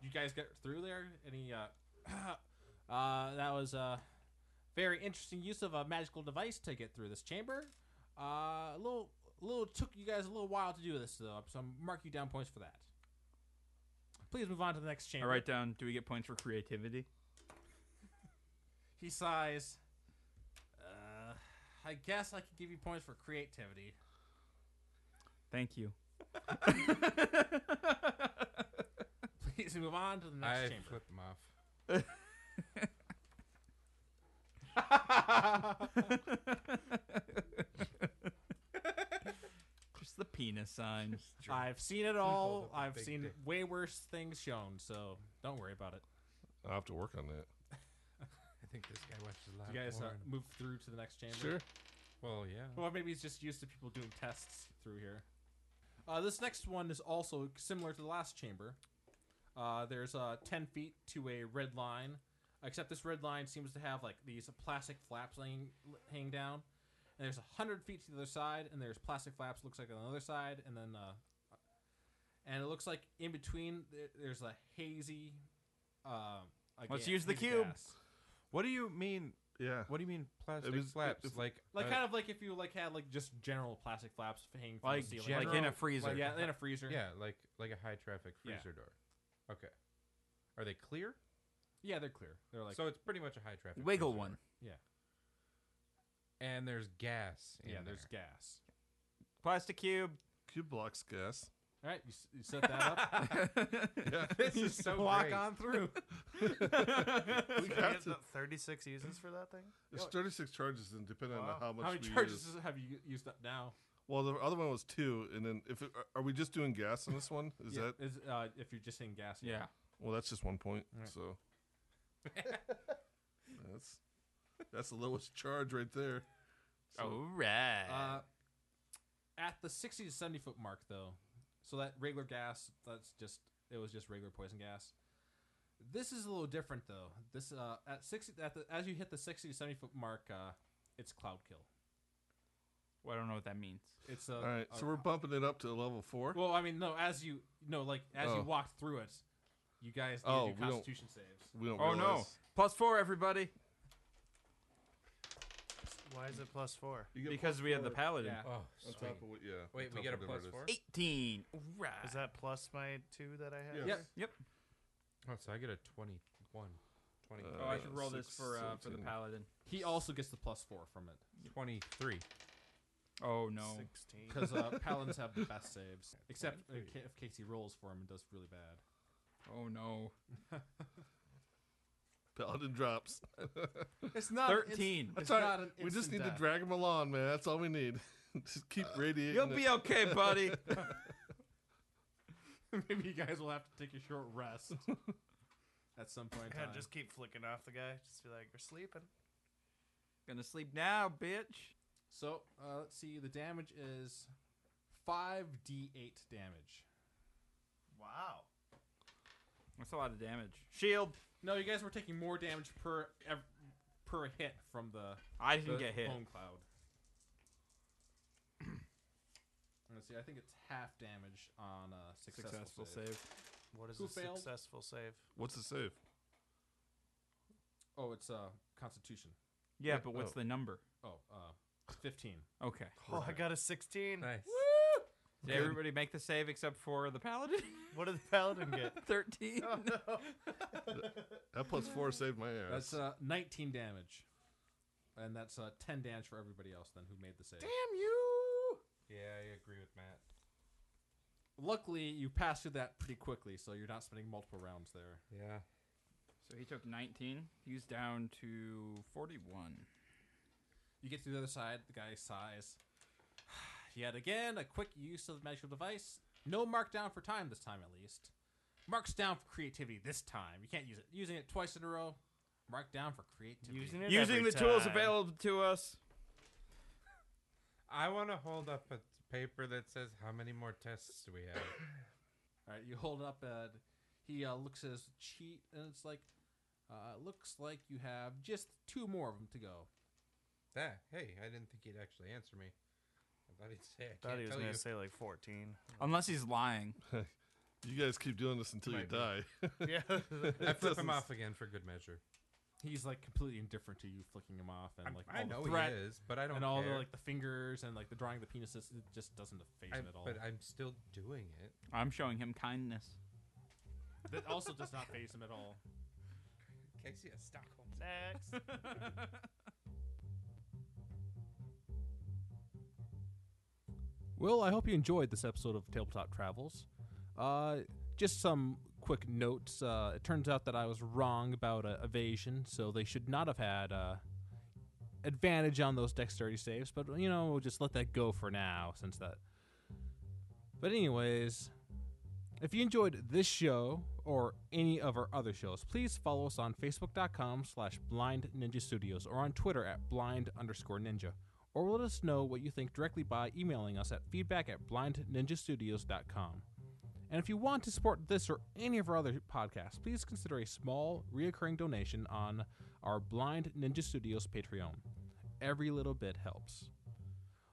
Speaker 1: you guys get through there. Any? Uh, uh, that was a very interesting use of a magical device to get through this chamber. Uh, a little, a little took you guys a little while to do this, though. So I'm marking you down points for that. Please move on to the next
Speaker 3: I
Speaker 1: chamber.
Speaker 3: write down. Do we get points for creativity?
Speaker 1: He sighs. Uh, I guess I could give you points for creativity.
Speaker 3: Thank you.
Speaker 1: Please move on to the next
Speaker 5: I
Speaker 1: chamber.
Speaker 5: flip them off.
Speaker 3: Just the penis sign.
Speaker 1: I've seen it
Speaker 5: Hold
Speaker 1: all.
Speaker 5: up the
Speaker 1: I've
Speaker 5: big
Speaker 1: seen
Speaker 5: dick.
Speaker 1: way worse things shown, so don't worry about it.
Speaker 4: I'll have to work on that.
Speaker 5: I think this guy watches a lot
Speaker 1: You guys
Speaker 5: of
Speaker 1: uh,
Speaker 5: porn.
Speaker 1: move through to the next chamber.
Speaker 5: well, yeah.
Speaker 1: Well, maybe he's just used to people doing tests through here. Uh, this next one is also similar to the last chamber. Uh, there's uh, 10 feet to a red line, except this red line seems to have like these plastic flaps hanging, hanging down. And there's 100 feet to the other side, and there's plastic flaps, looks like on the other side. And then, uh, and it looks like in between there- there's a hazy. Uh, a
Speaker 3: Let's
Speaker 1: ga-
Speaker 3: use the
Speaker 1: hazy
Speaker 3: cube.
Speaker 1: gas.
Speaker 5: What do you mean?
Speaker 4: Yeah.
Speaker 5: What do you mean plastic
Speaker 4: was-
Speaker 5: flaps?
Speaker 4: if-
Speaker 5: like
Speaker 1: Like
Speaker 5: uh,
Speaker 1: kind of like if you like had like just general plastic flaps hanging from
Speaker 5: Like
Speaker 1: the ceiling,
Speaker 5: general-
Speaker 3: like in a freezer.
Speaker 5: like-
Speaker 1: yeah, in a freezer.
Speaker 5: yeah, like like a high traffic
Speaker 1: Yeah.
Speaker 5: freezer door. Okay. Are they clear?
Speaker 1: Yeah, they're clear. They're like
Speaker 5: so it's pretty much a high traffic.
Speaker 3: Wiggle
Speaker 5: freezer
Speaker 3: one.
Speaker 5: door. And there's gas. In
Speaker 1: yeah, there's
Speaker 5: there.
Speaker 1: gas.
Speaker 3: Plastic cube.
Speaker 4: Cube blocks gas.
Speaker 1: All right, you, s- you set that up.
Speaker 4: Yeah.
Speaker 5: This is so
Speaker 1: Walk
Speaker 5: great.
Speaker 1: on through.
Speaker 4: we
Speaker 6: Can I
Speaker 4: got
Speaker 6: get
Speaker 4: to,
Speaker 6: the 36 uses for that thing?
Speaker 4: there's 36 charges, and depending
Speaker 6: Wow.
Speaker 4: on how much
Speaker 1: How many
Speaker 4: we
Speaker 1: charges
Speaker 4: use.
Speaker 1: have you used up now?
Speaker 4: Well, the other one was two, and then if it, are we just doing gas on this one? Is that
Speaker 1: Is, uh, if you're just in gas?
Speaker 3: Yeah.
Speaker 4: well? That's just one point.
Speaker 1: Right.
Speaker 4: So that's that's the lowest charge right there.
Speaker 3: All right.
Speaker 1: Uh, at the 60 to 70 foot mark, though, so that regular gas, that's just it was just regular poison gas. This is a little different though. This uh, at 60 at the, as you hit the 60 to 70 foot mark, uh, it's cloud kill.
Speaker 3: well, I don't know what that means.
Speaker 1: It's a,
Speaker 4: All right,
Speaker 1: a-
Speaker 4: so we're bumping it up to level four.
Speaker 1: Well, I mean, no. As you no, like as you
Speaker 4: Oh.
Speaker 1: walk through it, you guys need
Speaker 4: Oh,
Speaker 1: to
Speaker 4: we
Speaker 1: do
Speaker 4: don't-
Speaker 1: Constitution saves.
Speaker 4: we don't.
Speaker 3: Oh no!
Speaker 4: realize.
Speaker 3: Plus four, everybody,
Speaker 6: Why is it plus four?
Speaker 4: You get
Speaker 3: because
Speaker 4: plus
Speaker 3: we had the
Speaker 4: four
Speaker 3: paladin.
Speaker 1: Yeah.
Speaker 4: on
Speaker 5: Oh, sweet.
Speaker 4: top of what- yeah.
Speaker 5: Wait,
Speaker 4: on
Speaker 5: we
Speaker 4: top
Speaker 5: get a
Speaker 4: of whatever
Speaker 5: plus
Speaker 4: it is.
Speaker 5: four.
Speaker 3: Eighteen. All right.
Speaker 6: Is that plus my two that I have?
Speaker 4: Yes.
Speaker 1: Yep.
Speaker 5: Oh, so I get a 21. 20,
Speaker 3: Oh, I should
Speaker 4: Uh,
Speaker 3: roll this
Speaker 4: six,
Speaker 3: for uh, for the
Speaker 4: 17.
Speaker 3: paladin.
Speaker 1: He also gets the plus four from it
Speaker 5: 23.
Speaker 3: Oh no!
Speaker 6: 16.
Speaker 1: because uh, paladins have the best saves, except if Ca- if Casey rolls for him and does really bad.
Speaker 3: Oh no!
Speaker 4: Paladin drops.
Speaker 1: It's not
Speaker 3: Thirteen.
Speaker 1: It's,
Speaker 4: That's all right.
Speaker 1: not an
Speaker 4: we just need
Speaker 1: instant
Speaker 4: to
Speaker 1: death.
Speaker 4: drag him along, man. That's all we need. just keep radiating.
Speaker 3: Uh, You'll
Speaker 4: it.
Speaker 3: be okay, buddy.
Speaker 1: Maybe you guys will have to take a short rest at some point. in
Speaker 6: God,
Speaker 1: time.
Speaker 6: just keep flicking off the guy. Just be like, you're sleeping.
Speaker 3: Gonna sleep now, bitch.
Speaker 1: So uh, let's see. The damage is five d eight damage.
Speaker 6: Wow.
Speaker 3: That's a lot of damage. Shield.
Speaker 1: No, you guys were taking more damage per ev- per hit from the
Speaker 3: I didn't
Speaker 1: the
Speaker 3: get hit.
Speaker 1: Bone cloud. Let's see. I think it's half damage on a successful,
Speaker 3: Successful
Speaker 1: save.
Speaker 3: save.
Speaker 6: What is
Speaker 1: Who
Speaker 6: a
Speaker 1: failed?
Speaker 6: successful save?
Speaker 4: What's the save?
Speaker 1: Oh, it's uh, Constitution.
Speaker 3: Yeah,
Speaker 4: Yeah,
Speaker 3: but what's
Speaker 4: oh.
Speaker 3: the number?
Speaker 1: Oh, uh, fifteen.
Speaker 3: Okay.
Speaker 6: Oh, I got a 16.
Speaker 5: Nice.
Speaker 3: Did everybody make the save except for the paladin?
Speaker 6: What did the paladin get?
Speaker 3: Thirteen.
Speaker 4: That plus four saved my ass.
Speaker 1: That's uh, nineteen damage, and that's uh, ten damage for everybody else then who made the save.
Speaker 5: Yeah, I agree with Matt.
Speaker 1: Luckily, you passed through that pretty quickly, so you're not spending multiple rounds there.
Speaker 5: Yeah.
Speaker 3: So he took 19. He's down to 41.
Speaker 1: You get to the other side. The guy sighs. Yet again, a quick use of the magical device. No markdown for time this time, at least. Marks down for creativity this time. You can't use it. Using it twice in a row. Mark down for creativity.
Speaker 6: Using it
Speaker 3: Using
Speaker 6: every
Speaker 3: the tools
Speaker 6: time.
Speaker 3: available to us.
Speaker 5: I want to hold up a paper that says how many more tests do we have.
Speaker 1: All right, you hold it up and he uh, looks at his cheat, and it's like, uh, looks like you have just two more of them to go.
Speaker 5: That hey, I didn't think he'd actually answer me. I thought he'd say I
Speaker 2: Thought
Speaker 5: can't
Speaker 2: he was
Speaker 5: tell
Speaker 2: gonna
Speaker 5: you.
Speaker 2: say like 14.
Speaker 3: Unless he's lying.
Speaker 4: You guys keep doing this until you
Speaker 5: Might be.
Speaker 4: die.
Speaker 6: Yeah.
Speaker 5: I flip
Speaker 4: doesn't
Speaker 5: him off again for good measure.
Speaker 1: He's like completely indifferent to you flicking him off and
Speaker 5: I'm- "Oh,
Speaker 1: like all
Speaker 5: I know
Speaker 1: the threat
Speaker 5: he is, but I don't
Speaker 1: and all
Speaker 5: care.
Speaker 1: the like the fingers and like the drawing of the penises. It just doesn't phase
Speaker 5: I-
Speaker 1: him at all.
Speaker 5: but I'm still doing it.
Speaker 3: I'm showing him kindness.
Speaker 1: that also does not phase him at all.
Speaker 5: Casey has Stockholm.
Speaker 6: Next.
Speaker 1: Well, I hope you enjoyed this episode of Tabletop Travels. Uh, just some quick notes. Uh, it turns out that I was wrong about uh, evasion, so they should not have had uh, advantage on those dexterity saves. But you know, we'll just let that go for now, since that. But anyways, if you enjoyed this show or any of our other shows, please follow us on Facebook.com slash Blind Ninja Studios or on Twitter at Blind underscore Ninja. Or let us know what you think directly by emailing us at feedback at blindninjastudios.com. And if you want to support this or any of our other podcasts, please consider a small, reoccurring donation on our Blind Ninja Studios Patreon. Every little bit helps.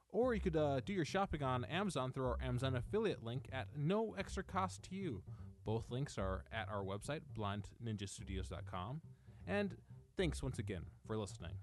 Speaker 1: Or you could uh, do your shopping on Amazon through our Amazon affiliate link at no extra cost to you. Both links are at our website, blindninjastudios.com. And thanks once again for listening.